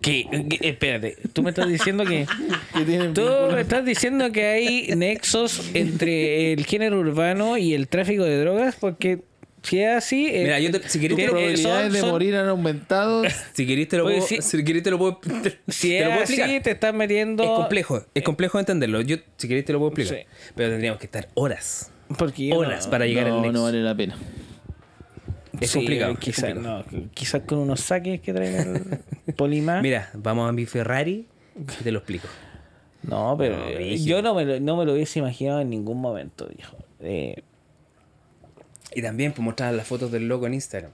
Que, que- espérate, tú me estás diciendo (laughs) que. Que tienen Tú vínculos. me estás diciendo que hay nexos entre el género urbano y el tráfico de drogas, porque si es así. eh, Mira, yo te- si querés Tus te lo- tiene- probabilidades son- de son- morir han aumentado. Si querés te lo Oye, puedo... si- Si querés te lo puedo... (laughs) te- Si te es lo puedo explicar. así, ah, te estás metiendo. Es complejo, es complejo de entenderlo. Yo, si queréis, te lo puedo explicar. eh, Sí. Pero tendríamos que estar horas, Porque yo no- horas para llegar no, al nexo. no vale la pena. Es Sí, complicado. es Quizás complicado. no, quizás con unos saques que traigan (laughs) el Polimá. Mira, vamos a mi Ferrari y te lo (laughs) explico. No, pero No, eh, brígido. yo no me, lo, no me lo hubiese imaginado en ningún momento, viejo. (laughs) Eh, (laughs) Y también pues, mostrar las fotos del loco en Instagram.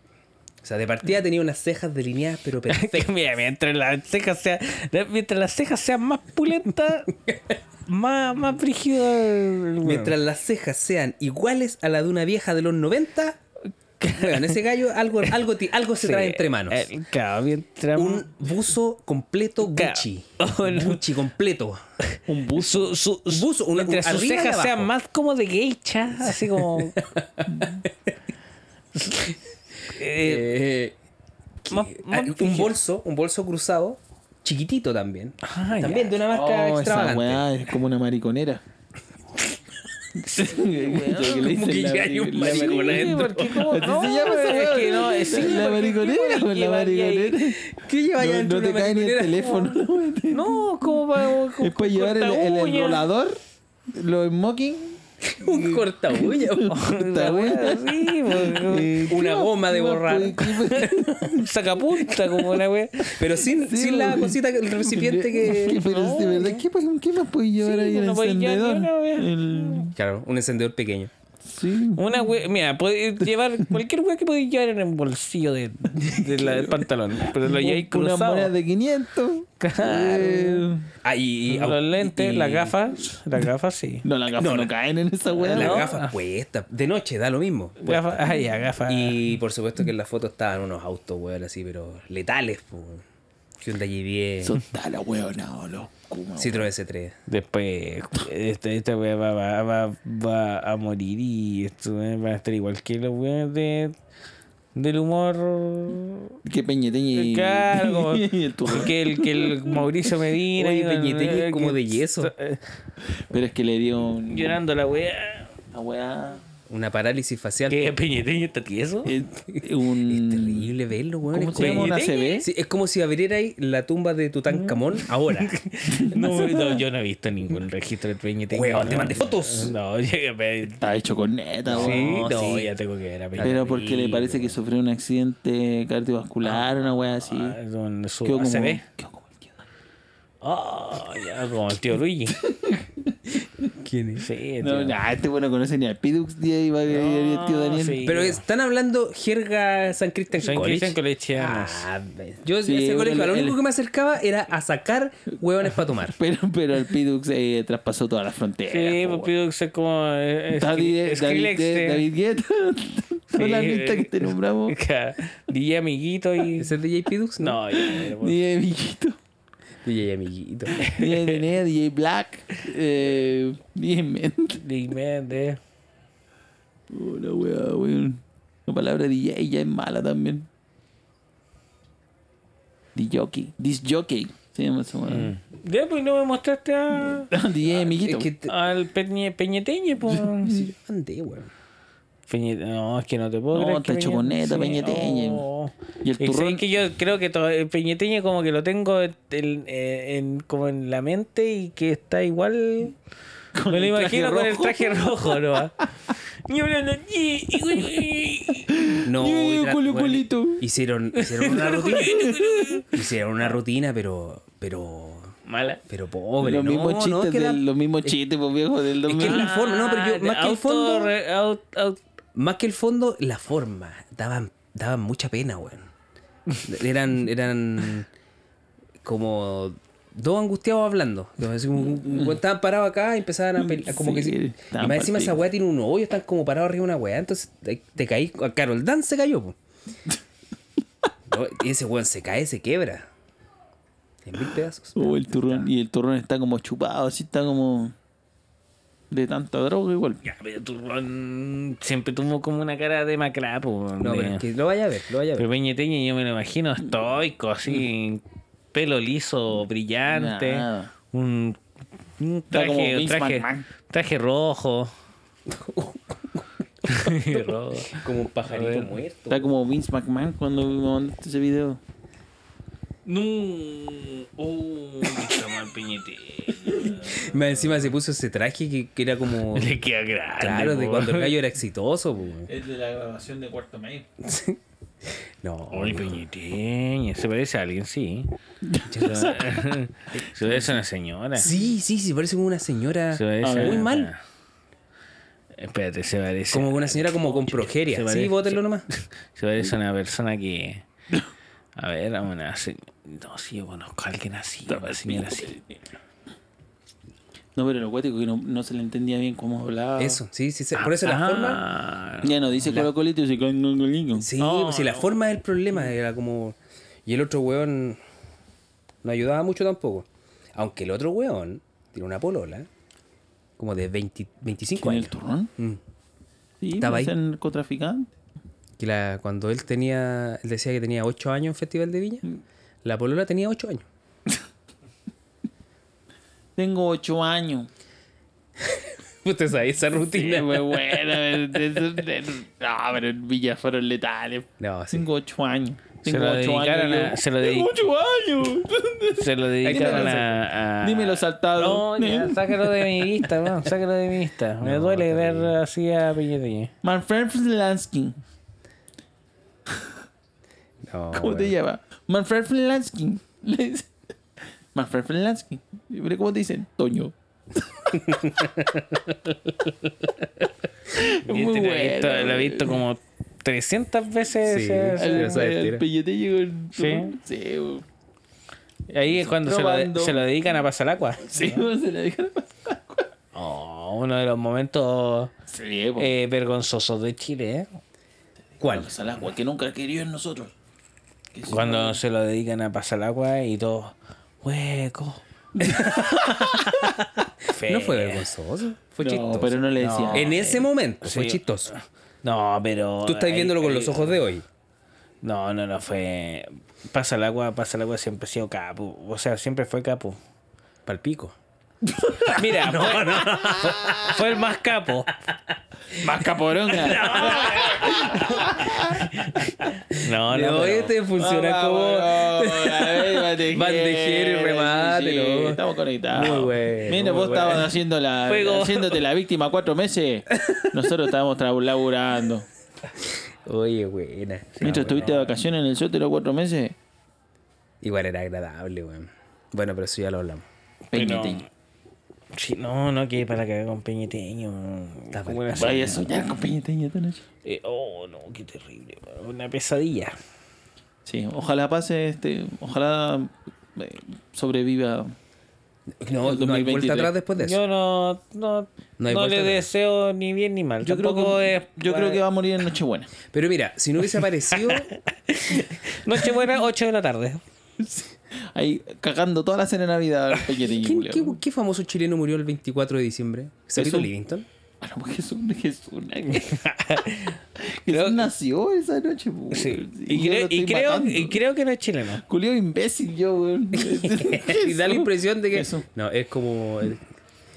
O sea, de Mm. partida tenía unas cejas delineadas, (laughs) pero que perfectas. mira, mientras las cejas sean, mientras las cejas sean más (laughs) pulentas, más, más brígido el- Mientras las cejas sean iguales a la de una vieja de los 90, weón, ese gallo algo, algo, ti- algo se Sí, trae entre manos. eh, claro, mientras Un buzo completo (laughs) Gucci. Claro. Oh, Gucci completo. un buzo. Su, su- buzo, una- mientras un- sus arriba y cejas sean abajo. más como de geisha, (laughs) así como. Eh, Eh, más- que- más ah, un brígido. bolso, un bolso cruzado, chiquitito (laughs) también. Ah, también ya. de una máscara Oh, esa extravagante. weá es como una (laughs) mariconera. Como Como que ya hay un Sí, maricón adentro. porque como- Así no, se llama esa es weá, que no, es- La sí, porque mariconera, como con la llevaría ahí- mariconera. ¿Qué lleva allá No, dentro no de te una cae ni el mariconera? teléfono. (laughs) No, como para. (laughs) Es para llevar el, el, el rolador rolador, los smoking. un corta uña. (laughs) Puta wea. Sí, pues, (laughs) porque- eh, Una ¿qué goma de más borrar. (laughs) puede- qué un sacapunta, como una wea. Pero sin, Sí, sin la güey. cosita, el recipiente (laughs) que. Pero No, de verdad, ¿qué, pues- qué más puedes llevar Sí, ahí el no podéis llevar ni encendedor? una wea. El- Claro, un encendedor pequeño. Sí. Una wea, mira, podéis llevar cualquier wea que podéis llevar en el bolsillo de, de la- del pantalón, pero lo lleváis Una moneda cruzado. de 500. Claro. Eh, Ah, y, y- Los lentes, y- las gafas, las gafas sí. No, las gafas No, no, la- caen en esa Las weá. ¿no? gafas puestas. De noche, da lo mismo. Gafas, ah, ya, Ah. gafas. Y por supuesto que en la foto estaban unos autos, weón, así, pero letales, po. Hyundai i10, Son la weona o los Kuma. Citroën C3. Después, esta, esta wea va, va, va, va a morir y esto eh, va a estar igual que los weones de, del humor. Que peñeteñe y, Claro, (laughs) como- y el tubo. que, el, que el Mauricio Medina. Oye, y- Peñeteñi es como que- de yeso. eh, Pero es que le dio un, Llorando la wea. una weá. Una parálisis facial. ¿Qué Peñeteñi está tieso? eh, un, Es terrible verlo, weón. ¿Cómo es se llama? como- ¿Una CB? Sí, es como si abriera ahí la tumba de Tutankamón (laughs) ahora. (laughs) No, no, yo no he visto ningún registro de Peñeteñi. Weón, Ah, no. te mandé fotos. No, (laughs) ya me- sí, Está hecho con neta, weón. no, sí. ya tengo que ver a Peñeteñi. Pero porque le parece que sufrió un accidente cardiovascular, una weá así. Ah, Con su Quedó como, ACB. quedó como el tío Dan. Ah, ya, como el tío Luigi. (laughs) ¿Quién es? Sí, No, tío. nah, este bueno conoce ni al Pidux y ahí va a ir el tío Daniel. sí. Pero están hablando jerga San Cristian San College. Cristian College, ya, Ah, yo Sí, ese bueno, colegio, a lo el- único que me acercaba era a sacar huevones para tomar. Pero, pero el Pidux eh, traspasó todas las fronteras. Sí, po, pues pido que sea como. eh, eh, David, E, Skri- David, Skrillex, eh, David Guetta. (laughs) Toda la lista que te (laughs) nombramos. ca- DJ Amiguito (laughs) y. ¿Ese es DJ Pidux? No, ya, ya, bueno. DJ Villito. DJ (laughs) Amiguito. DJ Nene, DJ Black. Eh, DJ Ment. Dime de. Oh, la wea, weón. La palabra DJ ya es mala también. DJ. Disc jockey. Se llama esa wea. (laughs) Ya, pues no me mostraste a, DJ Amiguito. Mm. Ah, Es que te- al Peñe, Peñeteñe, (laughs) pues. yo mandé, weón. Peñe- no, es que no te puedo No, creer. está que hecho con neta, Peñeteñe. Y el Y sabes turrón. que yo creo que todo, el Peñeteñe como que lo tengo en, en- en- como en la mente y que está igual Con Me lo el traje imagino con el rojo. traje rojo, ¿no? Y hablando, "Ñi, ñi, ñi". No, Yeah, y tra- Colo bueno, Colito. hicieron, hicieron (laughs) una rutina. hicieron una rutina, pero. pero. Mala. pero pobre. los no, mismos no, chistes, es que era- del- los mismos chistes, pues viejo, del es que 2000. la forma, no, pero yo, más que el Ah, Auto- fondo. re- aut- aut- Más que el fondo, la forma. Daban, daban mucha pena, weón. (laughs) Eran, eran como dos angustiados hablando. Así como, como estaban parados acá y empezaban a pelear. Como que Sí, se- y estaban más encima esa partidos. weá tiene un hoyo, están como parados arriba de una weá. Entonces te, te caí. Carol Dan se cayó, (laughs) po. No, y ese weón se cae, se quebra. En mil pedazos. Oh, el turrón, y el turrón está como chupado, así está como. De tanta droga, igual. Ya, pero Turrón siempre tuvo como una cara de macrapo. No, pero es que lo vaya a ver, lo vaya a ver. Pero Peñeteña yo me lo imagino estoico, así, pelo liso, brillante, Nada. un, un Está como traje, un Vince traje, McMahon. (laughs) traje rojo. Traje rojo. Como un pajarito A ver. muerto. Está como Vince McMahon cuando me mandaste ese video. No, oh, está mal Peñeteña. Más encima se puso ese traje que, que era (laughs) como. Le queda grande. Claro, de po. cuando el gallo (laughs) era exitoso, po. (laughs) Es de la grabación de Cuarto Medio. No, Ay, Peñeteña, se parece a alguien, (laughs) sí. se parece a una señora. Sí, sí, sí, parece como una señora. Se parece ver. Muy a- mal. Espérate, se parece. Como a- una señora como con progeria. Se Sí, parece- bótenlo nomás. Se parece a (laughs) una persona que. A ver, a una. se- No, si yo conozco a alguien así, a una señora así. No, pero lo cuático que no, no se le entendía bien cómo hablaba. Eso, sí, sí. sí. Por eso la forma. Ah, Ya no dice Colo Colito, dice Colo Colito. Sí, No, pues sí, la no. forma es el problema. Era como. Y el otro weón no ayudaba mucho tampoco. Aunque el otro weón tiene una polola. Como de 20 25 ¿Con el años. turrón? Mm. Sí, Estaba pues, ahí. era narcotraficante. Que la, cuando él tenía, él decía que tenía 8 años en Festival de Viña, la polola tenía 8 años. (laughs) Tengo ocho años. Usted sabe esa rutina. Muy buena. pero- pero- pero- No, pero en Villa fueron letales. no, sí. Tengo ocho años. Se Tengo lo ocho dedicaron años. a- yo. se lo Tengo dedic- ocho años. (laughs) se lo dedicaron a, a. Dímelo saltado. (laughs) No, ya, sácalo de mi vista, no, sácalo de mi vista. Me No, duele está ver bien. así a Peñeteña. My friend Lansky. No, ¿Cómo te bueno. llama? Manfred Lansky. Le dice- Manfred Lansky. Mira cómo te dicen. Toño. Es Este Muy lo he visto- bueno. Lo he visto como 300 veces. Sí. eh, Sí, lo Al, sabe, al tira. Peñete llegó el- Sí. Sí, güey. Ahí es cuando se lo, de- Robando. se lo dedican a Pasalacua. sí, güey, se la dejaron pasar. Oh, uno de los momentos Sí, güey. eh, vergonzosos de Chile, ¿eh? ¿Cuál? Al agua que nunca querido en nosotros. Que sí, Cuando se lo dedican a pasar agua y todo, (laughs) hueco. No fue vergonzoso. Fue no, chistoso. pero no le No. decía. En ese momento fue Sí. chistoso. No, pero. Tú estás ahí- viéndolo con ahí- los ojos de hoy. No, no, no fue. Pasa el agua, pasa el agua siempre ha sido capo. O sea, siempre fue capo. Palpico. (laughs) (laughs) Mira, fue, fue- (laughs) fue el más capo. Más (laughs) caporonga. No, no. No, pero- este funciona como. (laughs) Bandejero y remate, ¿no? Estamos conectados. Muy bueno, Mira, muy vos bueno. estabas haciendo (laughs) la, Fuego. haciéndote la víctima cuatro meses. Nosotros estábamos tra- laburando. Oye, buena. Sí, Mientras bueno. estuviste de vacaciones en el sótano cuatro meses, Igual era agradable, weón. Bueno, pero eso ya lo hablamos. pero- peñeteño. Sí, no, no, que para cagar con Peñeteño. Está Como mal. una- Vaya a soñar con peñeteño esta noche. Eh, oh, no, qué terrible. Una pesadilla. Sí, ojalá pase este. Ojalá eh, sobreviva. No, El no hay vuelta 2023. atrás después de eso. Yo no, no, No hay no vuelta le atrás. deseo ni bien ni mal. Yo creo, Tampoco que, es, yo creo que va a morir en Nochebuena. Pero mira, si no hubiese aparecido. Nochebuena, 8 de la tarde. Ahí cagando toda la cena de (laughs) Navidad al peñeteño. ¿Quién- culiao. qué, qué famoso chileno murió el 24 de diciembre? ¿Sarito un- Livingston? Ah, no, Jesús, Jesús. (laughs) Jesús nació esa noche, güey. Sí. Sí, Y, yo lo creo, estoy y, creo, matando. y creo que no es chileno. Culiao imbécil yo, güey. (laughs) Eh, y (laughs) da la impresión de que. Jesús. No, es como. el-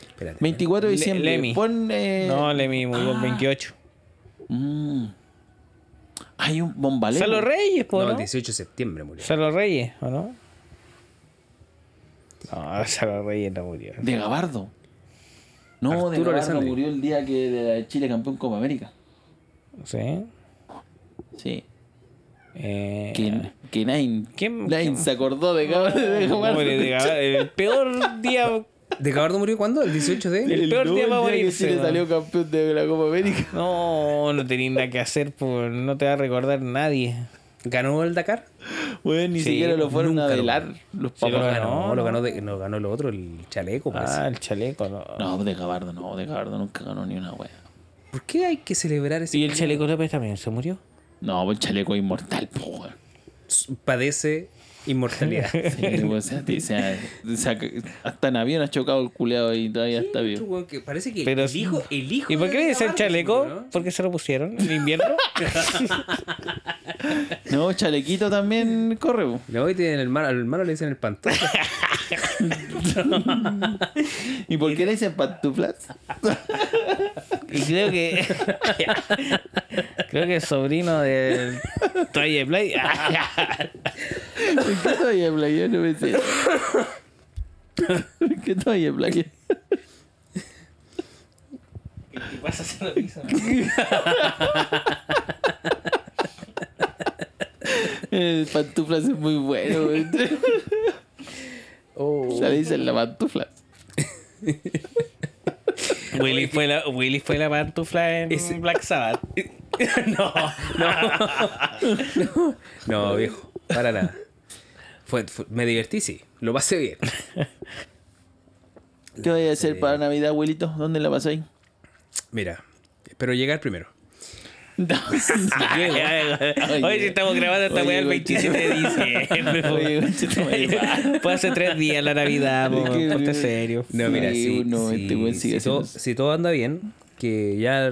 Espérate. 24 de Le- diciembre. Lemmy. Pon, eh, No, Lemmy murió el ah. 28. mm. Hay un bombalero. Salo Reyes, po, No, ¿no? el 18 de septiembre murió. Salo Reyes, ¿o no? (laughs) No, Salo Reyes no murió. De Gabardo. No, de Navarro Arturo Alessandri. murió el día que de Chile campeón Copa América. ¿Sí? Sí. Eh, (laughs) Que, que nadie, ¿Quién- nadie quién- se acordó de cabrón de no, Gabardo. (laughs) hombre, de Gabardo, el peor día. ¿De Cabardo murió cuándo? ¿El 18 de? El peor no, día para el que morirse, Chile weón. salió campeón de la Copa América. No, no tenía nada que hacer, pues no te va a recordar nadie. ¿Ganó el Dakar? Bueno, ni Sí, siquiera lo fueron a nunca lo- velar los Sí, papás. lo No, ganó, lo ¿no? ganó, de, no, ganó lo otro, el chaleco. pues. parece. Ah, el chaleco, no. No, de Gabardo no, de Gabardo nunca ganó ni una wea. ¿Por qué hay que celebrar ese ¿Y el chaleco López también se murió? No, pues el chaleco es inmortal, po, weón. Padece (laughs) inmortalidad. (laughs) Sí, pues, o sea, te- o sea, o sea, que hasta en avión ha chocado el culeado y todavía está Otro vivo. weón que Parece que Pero- el hijo, el hijo. ¿Y por qué de le decían Gabardo se chaleco? murió, ¿no? ¿Por qué se lo pusieron? ¿En invierno? No, chalequito también corre, po. No, y tienen el hermano, al hermano le dicen el (laughs) pantoja. ¿Y por qué le dicen pantuflas? Y creo que. (laughs) creo que es sobrino del. Toy (laughs) Play. ¿Por qué todavía playa? No me sé. ¿Por qué todavía playa? ¿Qué pasa si lo piso? (laughs) El pantuflas es muy bueno, güey. Oh. Se le dicen la pantuflas. (laughs) Willy fue la, Willy fue la pantufla en Ese- Black (laughs) Sabbath. no, no. no, viejo, para nada. Fue, fue- me divertí, sí. Lo pasé bien. ¿Qué voy a hacer para Navidad, abuelito? ¿Dónde la pasáis? Mira, pero llegar primero. (laughs) No. Ah, (laughs) Hoy sí estamos grabando esta Oye, weá el güey. 27 de (laughs) diciembre. po. Oye, güey, che, tu madre. Fue hace tres días la Navidad, po, Qué- ponte serio. No, Sí, mira, si, uno, si- este güey si sigue todo, haciendo eso. si todo anda bien, que ya,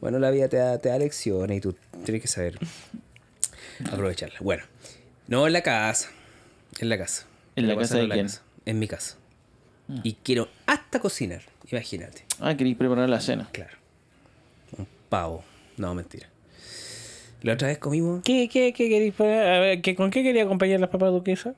bueno, la vida te da, te da lecciones y tú tienes que saber aprovecharla. Bueno, no en la casa, en la casa. ¿En la Estoy casa de quién? pasando En mi casa. Y quiero hasta cocinar, imagínate. Ah, queréis preparar la cena. Claro. Un pavo. No, mentira. La otra vez comimos ¿Qué, qué, qué queréis poner? A ver, ¿qué- ¿con qué quería acompañar las papas duquesas?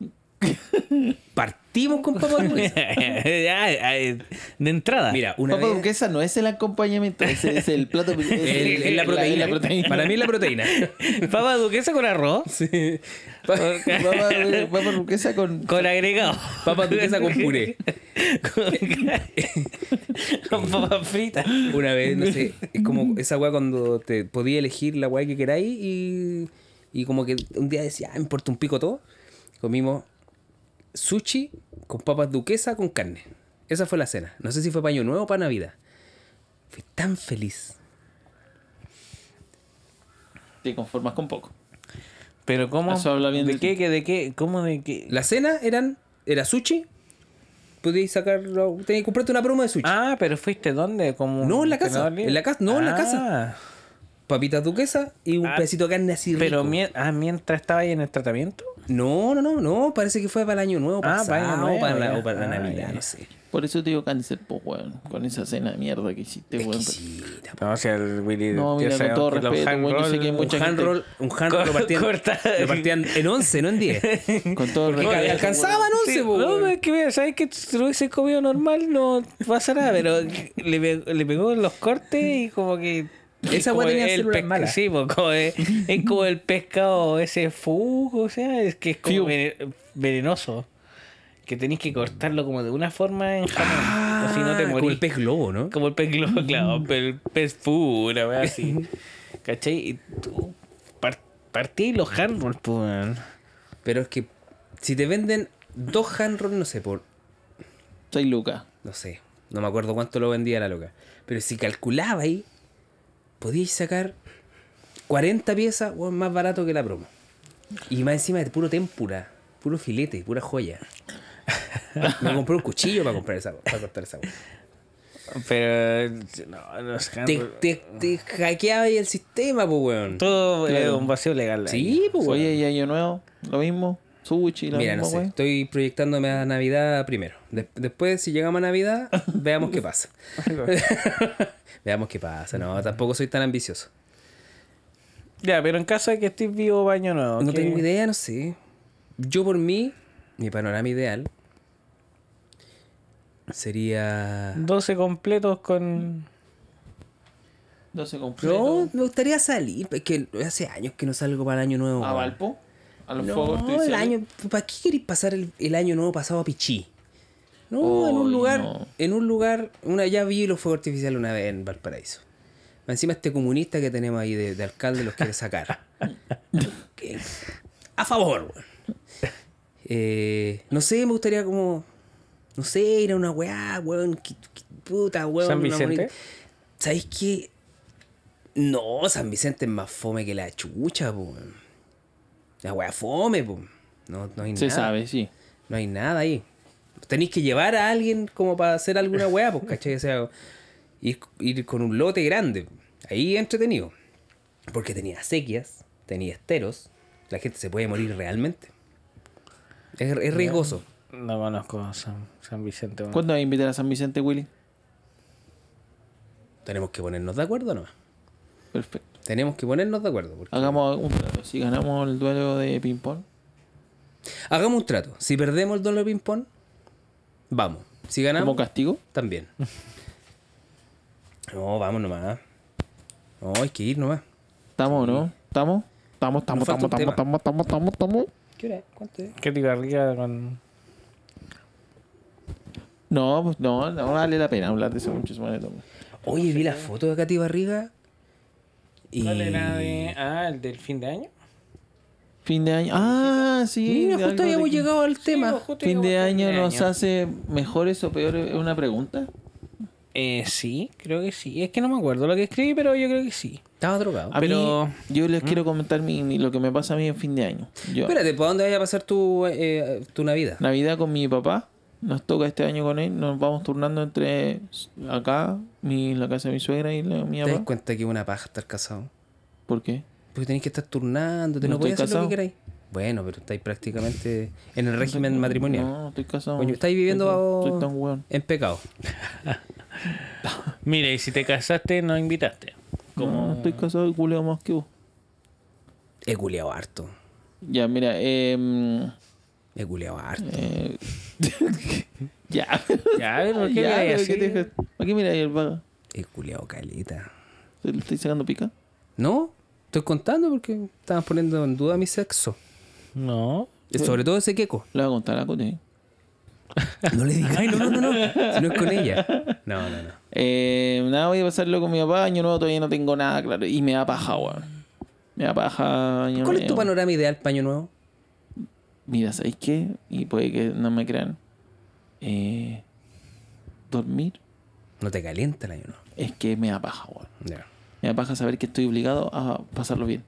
Partimos con (laughs) papa duquesa. (laughs) Ya, eh, de entrada. Mira, una Papa vez. duquesa no es el acompañamiento, ese es el (laughs) plato. es el- (laughs) es la proteína. La, proteína. (laughs) Para mí es la proteína. (laughs) papa duquesa con arroz, Sí. Pa- Papa, papa duquesa con. con agregado. Papa duquesa con (laughs) puré. con (laughs) papas fritas. Una vez, no sé, es como esa weá cuando te podía elegir la weá que queráis y, y como que un día decía, ah, me importa un pico todo. Comimos sushi con papas duquesa con carne. Esa fue la cena. No sé si fue para Año Nuevo o para Navidad. Fui tan feliz. Te conformas con poco. Pero cómo Eso habla bien de de qué, ti. que de qué, cómo de qué. La cena eran, era sushi. Podías sacar, tenías que comprarte una promo de sushi. Ah, pero fuiste dónde? Como No, en un la casa, tenedor libre? en la casa, no, en la Ah, casa. Papitas duquesa y un Ah, pedacito de carne así rico. Pero mien- ah, mientras estaba ahí en el tratamiento. No, no, no, no, parece que fue para el año nuevo, Ah, pasado, para Año Nuevo, o para, la, ya. o para la Ah, Navidad, ya. no sé. Por eso te digo cáncer, pues, weón. Con esa cena de mierda que hiciste, weón. Exquisita. No, o sea, el Willy. No, mira, con todo respeto, weón, yo sé que hay Un mucha hand gente. roll, un hand roll lo partían, Corta. lo partían en 11, no en (laughs) 10. Con todo el Porque respeto. alcanzaban 11, Sí, po, no, weón. es que mira, sabes que si lo hubiese comido normal no pasa nada, pero le, pe- le pegó en los cortes y como que. Esa como weá tenía el células pesca- malas. Sí, po, como es, es como el pescado ese fugo, o sea, es que es como Fiu. vene- venenoso. Que tenéis que cortarlo como de una forma en jamón. o si no te Ah, morís. Como el Mm. pez globo, ¿no? Como el pez globo, claro, pero el pez fu, una wea así. ¿Cachai? Y tú par- partí los handballs, pues. weón. Pero es que si te venden dos hand roll, no sé, por, Soy Luca. no sé, no me acuerdo cuánto lo vendía la loca. Pero si calculaba ahí, podíais sacar 40 piezas weón, más barato que la promo. Y más encima de puro témpura, puro filete, (laughs) pura joya. Me compré un cuchillo para comprar esa para cortar esa weá. Pero eh, no, pues, los Ah, Te, pues, handballs. te, te hackeaba ahí el sistema, pues weón. Todo es Claro. un vacío legal. ahí. Sí, pues Oye, weón. y año nuevo, lo mismo. Sushi, lo Mira, no mismo, sé, weón. estoy proyectándome a Navidad primero. De- después, si llegamos a Navidad, veamos qué (laughs) pasa. (laughs) veamos qué pasa. No, tampoco soy tan ambicioso. Ya, pero en caso de que estés vivo baño nuevo. No ¿qué? tengo idea, no sé. Yo por mí, mi panorama ideal Sería. 12 completos con. 12 completos. No, me gustaría salir. Es que hace años que no salgo Ah, para el año nuevo. ¿A weón. Valpo? ¿A los fuegos No, el artificiales. año. ¿Para qué queréis pasar el, el año nuevo pasado a Pichí? No, en Oy, un lugar. no. En un lugar. Una, ya vi los fuegos artificiales una vez en Valparaíso. Más Encima este comunista que tenemos ahí de, de alcalde los (laughs) quiere sacar. Que- a favor, weón. Eh, no sé, me gustaría como. No sé, ir a una weá, weón. que- que- puta, weón. ¿San una Vicente? bonita- ¿Sabéis qué? No, San Vicente es más fome que la chucha, po. weón. La weá fome, po. No, no hay Se nada. sabe, sí. No hay nada ahí. Tenéis que llevar a alguien como para hacer alguna weá, pues, ¿cachai? O sea, ir, ir con un lote grande. Ahí entretenido. Porque tenía sequias, tenía esteros. La gente se puede morir realmente. Es, es riesgoso. No conozco a San, San Vicente. weón. ¿Cuándo vas a invitar a San Vicente, Willy? Tenemos que ponernos de acuerdo nomás. Perfecto. Tenemos que ponernos de acuerdo. porque- Hagamos un plato. Si ganamos el duelo de ping-pong, Hagamos un trato. Si perdemos el doble ping-pong, vamos. Si ganamos, como castigo, también. No, vamos nomás. No, hay que ir nomás. ¿estamos no? ¿Estamos? ¿Estamos, Nos estamos, falta estamos, un tema. estamos, estamos, estamos, estamos? ¿Qué hora? ¿Cuánto es? ¿Qué tira rica con.? No, pues no, no vale la pena hablar de eso mucho. Bueno, toma. Oye, vi la foto de Katy Barriga. Y... ¿Cuál era de.? Ah, el del fin de año. Fin de año. Ah, sí. Mira, algo justo de habíamos que- llegado al tema. pues, justo Fin de llegamos al año nos hace mejores o peores. Es una pregunta. Eh, sí, creo que sí. Es que no me acuerdo lo que escribí, pero yo creo (laughs) que sí. Estaba drogado. A Pero- mí, yo ¿Mm? les quiero comentar mi, mi- lo que me pasa a mí en fin de año. Yo, Espérate, ¿para dónde vaya a pasar tu, eh, tu Navidad? Navidad con mi papá. Nos toca este año con él. Nos vamos turnando entre acá, mi, la casa de mi suegra y la, mi ¿Te das papá. cuenta que es una paja estar casado? ¿Por qué? Porque tenés que estar turnando, te No no, podés estoy hacer lo que casado. queráis. Bueno, pero estáis prácticamente en el régimen matrimonial. No, no estoy casado. Coño, estáis viviendo Estoy, a- estoy tan weón. En pecado. Mira, y si te casaste, no invitaste. No, estoy casado y culeo más que vos. He culeado harto. Ya, mira, eh, He culeado harto. eh, (laughs) ya. Ya, pero ¿por qué Ya, miráis pero así? ¿qué te dejas? ¿Para qué mira el vaga? He culeado caleta. ¿Te- ¿Le estoy sacando pica? No, estoy contando porque estaban poniendo en duda mi sexo. No. Sobre todo ese queco. Le voy a contar a Cote. No le digas. Ay, no, no, no, no. Si no es con ella. No, no, no. Eh, nada, voy a pasarlo con mi papá. Año nuevo todavía no tengo nada, claro. Y me da paja, weón. Me da paja. Año ¿Cuál es tu Nuevo. panorama ideal paño nuevo? Mira, ¿sabéis qué? Y puede que no me crean. Eh, dormir No te calienta el año nuevo. es que me da paja, weón. Ya. Me da paja saber que estoy obligado a pasarlo bien.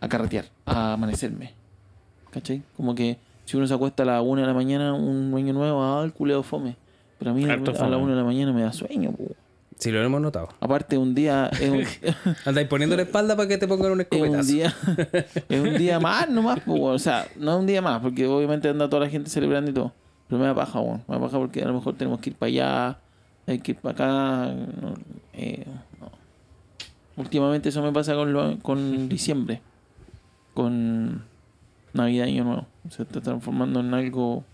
A carretear, a amanecerme. ¿Cachai? Como que si uno se acuesta a las 1 de la mañana, un año nuevo, ah, el culeo fome. Pero a mí a Harto fome. las 1 de la mañana me da sueño, po. Sí, lo hemos notado. Aparte, un día es un, (laughs) es Andáis poniendo la espalda para que te pongan un un escopetazo. día es un día más nomás, po, weón. o sea, no es un día más, porque obviamente anda toda la gente celebrando y todo. Pero me da paja, weón. Me da paja porque a lo mejor tenemos que ir para allá, hay que ir para acá. no, eh, no. Últimamente eso me pasa con, lo- con diciembre, con Navidad y Año Nuevo. Se está transformando en algo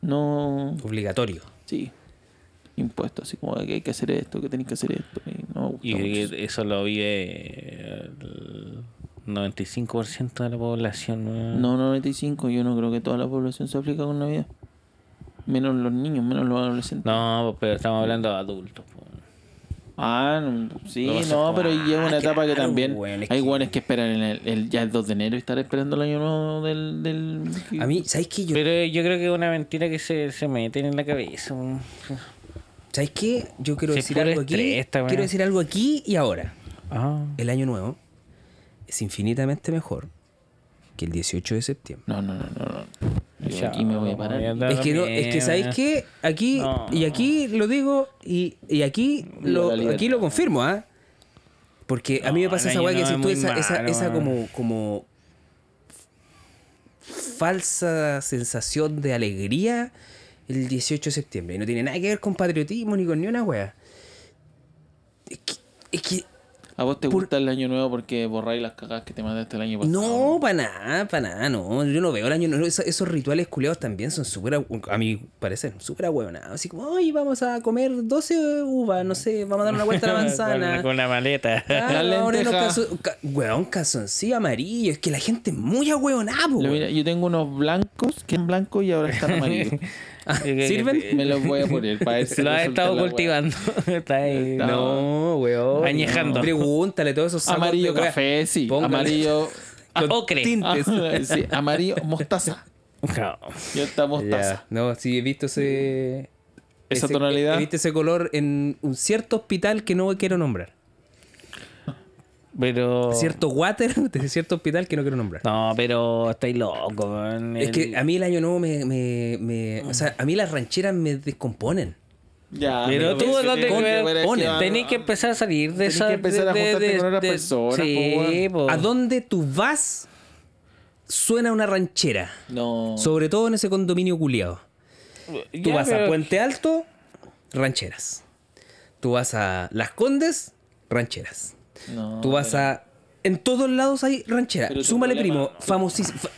no Obligatorio. sí impuesto, así como que hay que hacer esto, que tenéis que hacer esto. Y no me gusta Y mucho creo eso. que eso lo vive el 95% de la población. weón. No, 95, yo no creo que toda la población se aplica con Navidad. Menos los niños, menos los adolescentes. No, pero estamos hablando de adultos. po. Ah, no, sí, Lo vas a no, pero jugar, lleva una etapa que claro, también weón, es hay que- guanes que esperan en el, el- ya el 2 de enero y estar esperando el año nuevo del... del... A mí, ¿sabéis qué? Yo, Pero yo creo que es una mentira que se, se meten en la cabeza. weón. ¿Sabéis qué? Yo quiero Sí, decir puro algo aquí. estrés esta weá. quiero decir algo aquí y ahora. Ah. El año nuevo es infinitamente mejor que el 18 de septiembre. No, no, no, no. no. Yo Ya, aquí me voy a ya parar. anda Es que, no, es que bien. ¿sabéis qué? Aquí, No. y aquí lo digo, y, y aquí, lo, la libertad. aquí lo confirmo, ¿ah? Porque a mí me No, pasa el esa año weá que no si es tú muy esa, esa, malo, esa weón. como, como falsa sensación de alegría el 18 de septiembre. Y no tiene nada que ver con patriotismo ni con ni una weá. Es que, es que ¿A vos te Por- gusta el año nuevo porque borráis las cagadas que te mandaste el año pasado? No, para nada, para nada, no. Yo no veo el año nuevo. Esa- Esos, rituales culeados también son súper, ahu- a mi parecer, súper ahueonados. Así como, ay, vamos a comer 12 uvas, no sé, vamos a dar una (laughs) vuelta a la Con la, manzana. con la maleta. La Claro, ahora los lenteja. calzo- ca- Weón, calzoncillo amarillo. Es que la gente es muy ahueonada, po, Lo weón. mira, yo tengo unos blancos que eran blancos y ahora (laughs) están amarillos. Ah, Yo creo (laughs) que ¿Sirven? Me los voy a poner para (laughs) ver si Lo has resulta estado la wea. cultivando. (laughs) Está ahí. Está- No, weón. Añejando. no. Pregúntale todos esos sacos Amarillo de weá. café, sí. Póngale. (laughs) Amarillo. Ah, ocre. (laughs) tintes. sí, amarillo mostaza. No. Yo esta mostaza. Ya, No, sí, he visto ese. Esa ese- tonalidad. He visto ese color en un cierto hospital que no quiero nombrar. Pero. Cierto water (laughs) de cierto hospital que no quiero nombrar. No, pero estáis loco. weón. Es El- Mm. que a mí el año nuevo me, me- me- O sea, a mí las rancheras me descomponen. Ah, Ya, Pero tú ves, no que te tenés creas, ver es ponen, va- Tenés que empezar a salir de Tenés esa. que empezar a de- de- juntarte de- con otras de- personas, po, Sí, weón. po. A donde tú vas, suena una ranchera. No. Sobre todo en ese condominio culiado. Tú Ya, vas a pero- Puente Alto, rancheras. Tú vas a Las Condes, rancheras. no, Tú vas a. En todos lados hay ranchera. Pero tu Súmale, problema- primo. Famosísimo. fa-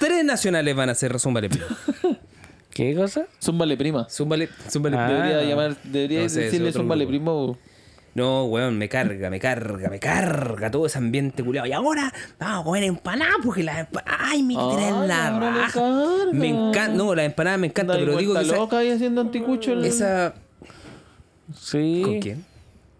Tres nacionales van a ser Súmale, (laughs) primo. ¿Qué cosa? Zúmbale prima. Súmale, súmale. Ah. Debería llamar, debería No sé, ese decirle otro zúmbale grupo. primo. No, weón, me carga, me carga, me carga todo ese ambiente culiado. Y ahora vamos a comer empanadas porque las empanadas. Ay, me Ay, traen la ahora le raja. carga. Me encanta. No, las empanadas me encantan, Dale pero digo que vuelta esa. loca ahí haciendo anticucho el- esa- Sí. ¿Con quién?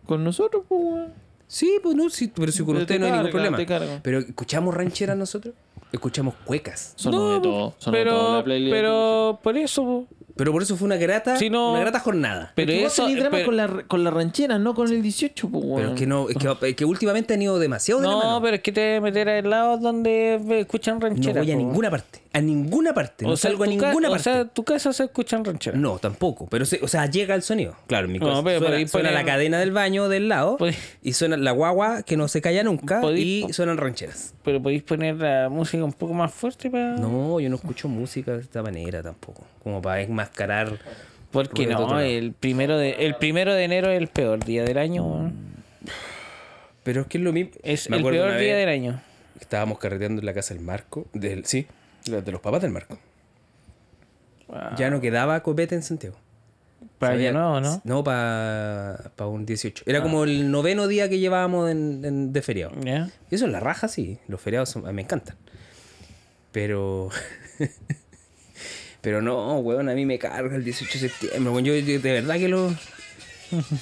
con nosotros, pues, weón. Sí, pues no, sí, pero si con Pero te ustedes no hay ningún carga, te problema. carga. Pero escuchamos rancheras nosotros, escuchamos cuecas. Sonó No, pues, de todo. Sonó pero, de todo. La playlist. pero por eso. po. Pero por eso fue una grata, Sí, no. una grata jornada. Pero Pero es que eso- vos tenés drama pero- con, la, con las rancheras, no con el 18, pues, weón. Pero es que no, es que, es que últimamente han ido demasiado de la No, mano. pero es que te meter a lados donde escuchan ranchera. no voy a po. ninguna parte, a ninguna parte, no salgo a tu ca- ninguna O parte. sea, tu casa se escuchan ranchera. No, tampoco. Pero, se- o sea, llega el sonido. Claro, en mi No, casa pero suena, podéis suena poner- Pues- la cadena del baño del lado Podéis- y suena la guagua que no se calla nunca Podéis- y suenan rancheras. Pero podéis poner la música un poco más fuerte para. No, yo no escucho música de esta manera tampoco. Como para enmascarar. Porque Ruido no, total. el primero, de, el primero de enero es el peor día del año. weón. Pero es que es lo mismo. Es Me el acuerdo peor una día vez del año. que Estábamos carreteando en la casa del Marco. Del, sí, la- de los papás del Marco. Ya no quedaba copete en Santiago. Para Sabía- allá nuevo, ¿no? Ah. No, para un 18. Era como el noveno día que llevábamos en- en- de feriado. ¿Ya? Y eso en la raja, sí. Los feriados son- a mí me encantan. Pero. (laughs) Pero no, weón, a mí me carga el 18 de septiembre. weón. Yo, yo de verdad que lo.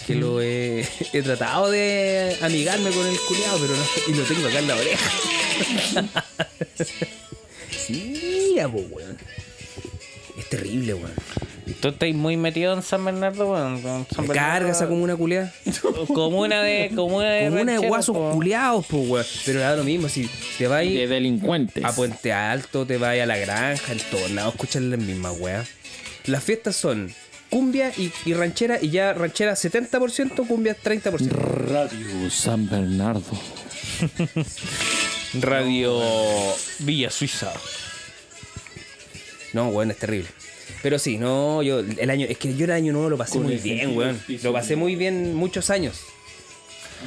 Que lo he, he tratado de amigarme con el culiado, pero no. Y lo tengo acá en la oreja. (laughs) Mira, po, pues, weón. Es terrible, weón. Tú estás muy metido en San Bernardo, weón. con San Me Bernardo- carga esa comuna culiada. (laughs) Comuna de. Comuna de. Comuna de Eh, rancheros, guasos po. culiados, po, weón. Pero da lo mismo, si te vas De delincuentes. A Puente Alto, te vayas a la granja, en todos lados, escuchan las mismas weas. Las fiestas son cumbia y, y ranchera, y ya ranchera 70%, cumbia 30%. Radio San Bernardo. Radio Villa Suiza. No, weón, es terrible. Pero sí, no, yo el año, es que yo el año nuevo lo pasé Con muy el bien, sentido weón. del piso. Lo pasé muy bien muchos años.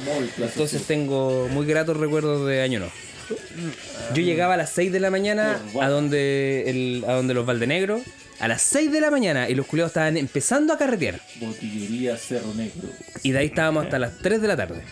Muy Entonces tengo muy gratos recuerdos de año nuevo. Yo llegaba a las 6 de la mañana a donde, el, a donde los Valdenegros, a las 6 de la mañana, y los culiados estaban empezando a carretear. Botillería Cerro Negro. Y de ahí estábamos hasta las 3 de la tarde.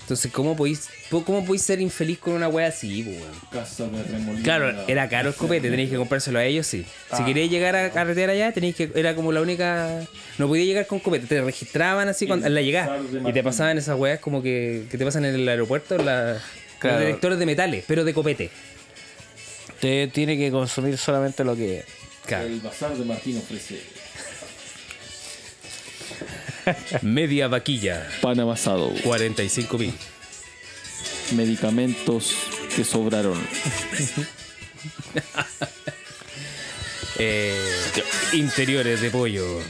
Entonces, ¿cómo podéis, po- cómo podéis ser infeliz con una wea así, po, weón? Casa de Remolino. Claro, era caro el copete, tenéis que comprárselo a ellos, sí. Si queréis llegar a carretera allá, tenéis que. Era como la única. No podías llegar con copete, te registraban así cuando, en la llegada. tarde, Y te Martín. pasaban esas weas como que, que te pasan en el aeropuerto, la, Claro. los detectores de metales, pero de copete. Usted tiene que consumir solamente lo que Claro. El bazar de Martín ofrece Media vaquilla, pan amasado, 45 mil. medicamentos que sobraron. Eh, interiores de pollo,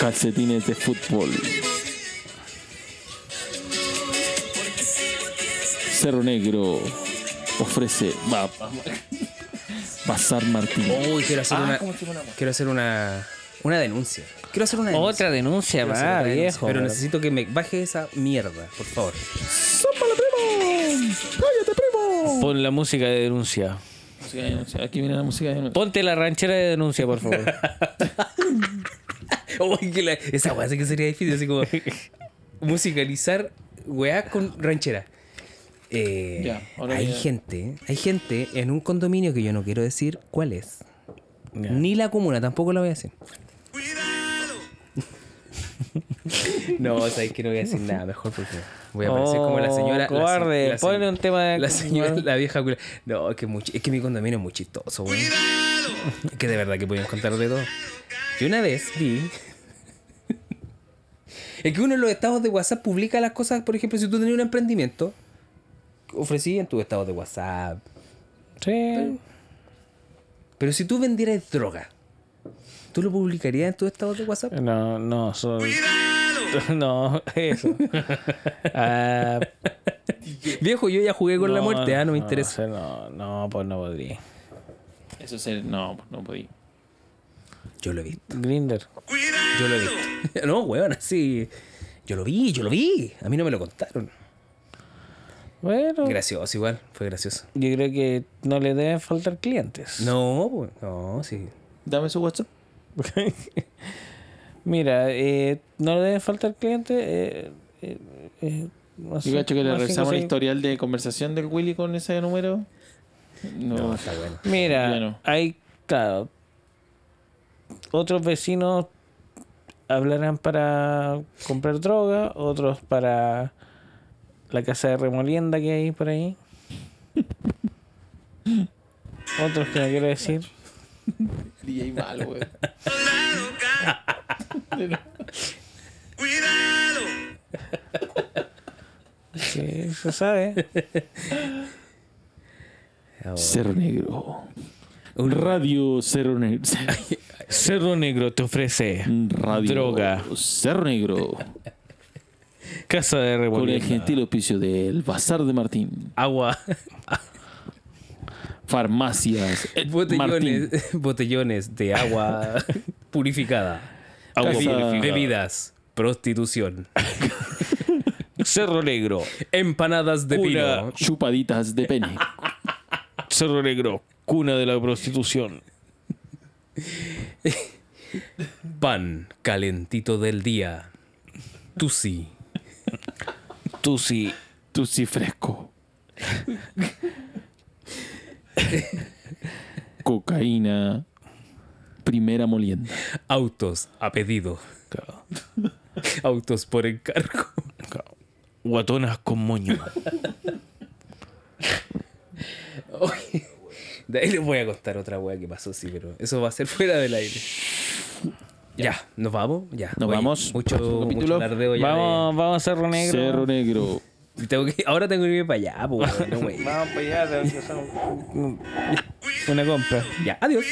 calcetines de fútbol. Cerro Negro ofrece va, pasar Martín. Ah, Uy, quiero hacer una. Quiero hacer una. Una denuncia. Quiero hacer una denuncia. Otra denuncia Quiero hacer más, otra denuncia, viejo. Pero necesito que me baje esa mierda, por favor. primo! ¡Cállate, primo! Pon la música de denuncia. Música de denuncia. Aquí viene la música de denuncia. Ponte la ranchera de denuncia, por favor. (laughs) Uy, que la- esa weá sí que sería difícil, (laughs) así como musicalizar weá con ranchera. Eh, Ya, ahora hay ya. gente, hay gente en un condominio que yo no quiero decir cuál es. Ya. Ni la comuna, tampoco la voy a decir. no, o sea, es que no voy a decir nada, mejor porque voy a parecer como la Oh, señora. la se- cobarde, la se- ponle un tema de- La señora, la vieja cula. No, es que, much- es que mi condominio es muy chistoso, weón. Es Que de verdad que podíamos contar de todo. Yo una vez vi. (laughs) es que uno de los estados de WhatsApp publica las cosas, por ejemplo, si tú tenías un emprendimiento, ofrecí en tu estado de WhatsApp. Sí. Pero si tú vendieras droga, ¿tú lo publicarías en tu estado de WhatsApp? No, no, son... (laughs) No, eso. Ah, Viejo, yo ya jugué con la no, muerte, ah, no me interesa. sé, No, no, pues no podría. Eso es el... No, no podía. Yo lo he visto, Grinder. yo lo he visto. (laughs) no, weón, así. Yo lo vi, yo lo vi. A mí no me lo contaron. Bueno, Gracioso, igual, fue gracioso. yo creo que no le deben faltar clientes. No, weón, no, sí. Dame su WhatsApp. (laughs) Mira, eh, no le deben faltar clientes. Eh, eh, eh, no sé, Yo cacho que le más revisamos el cinco, seis. historial de conversación del Willy con ese número. No, No, está bueno. Mira, Bueno. hay, claro, otros vecinos hablarán para comprar droga, otros para la casa de remolienda que hay (laughs) por ahí. Otros que no quiero decir. (laughs) DJ malo, güey. Sí, se sabe. Cerro Negro. Un- Radio Cerro Negro. Cerro Negro te ofrece Radio Droga. Cerro Negro. casa de Con el remolienda. gentil oficio del Bazar de Martín. (laughs) Agua. Farmacias. eh, Martín. botellones, (laughs) botellones (laughs) de agua purificada. Agua Bebi- purificada. Bebidas. Prostitución. Cerro Negro. Empanadas de Cura. pino. Chupaditas de pene. Cerro Negro, cuna de la prostitución. Pan calentito del día. Tusi. Tusi, Tusi fresco. Cocaína. Primera molienda. Autos a pedido. Autos por encargo. guatonas con moño. De ahí les voy a contar otra wea que pasó, sí, pero eso va a ser (laughs) fuera del aire. Ya, nos vamos. Ya. Nos vamos. Mucho, Próximo mucho capítulo. tardeo ya. Vamos, vamos a Cerro Negro. Cerro Negro. de- tengo que- ahora tengo que irme para allá, pues, po, weón, no, wey. Vamos para allá, Una compra. Ya, adiós.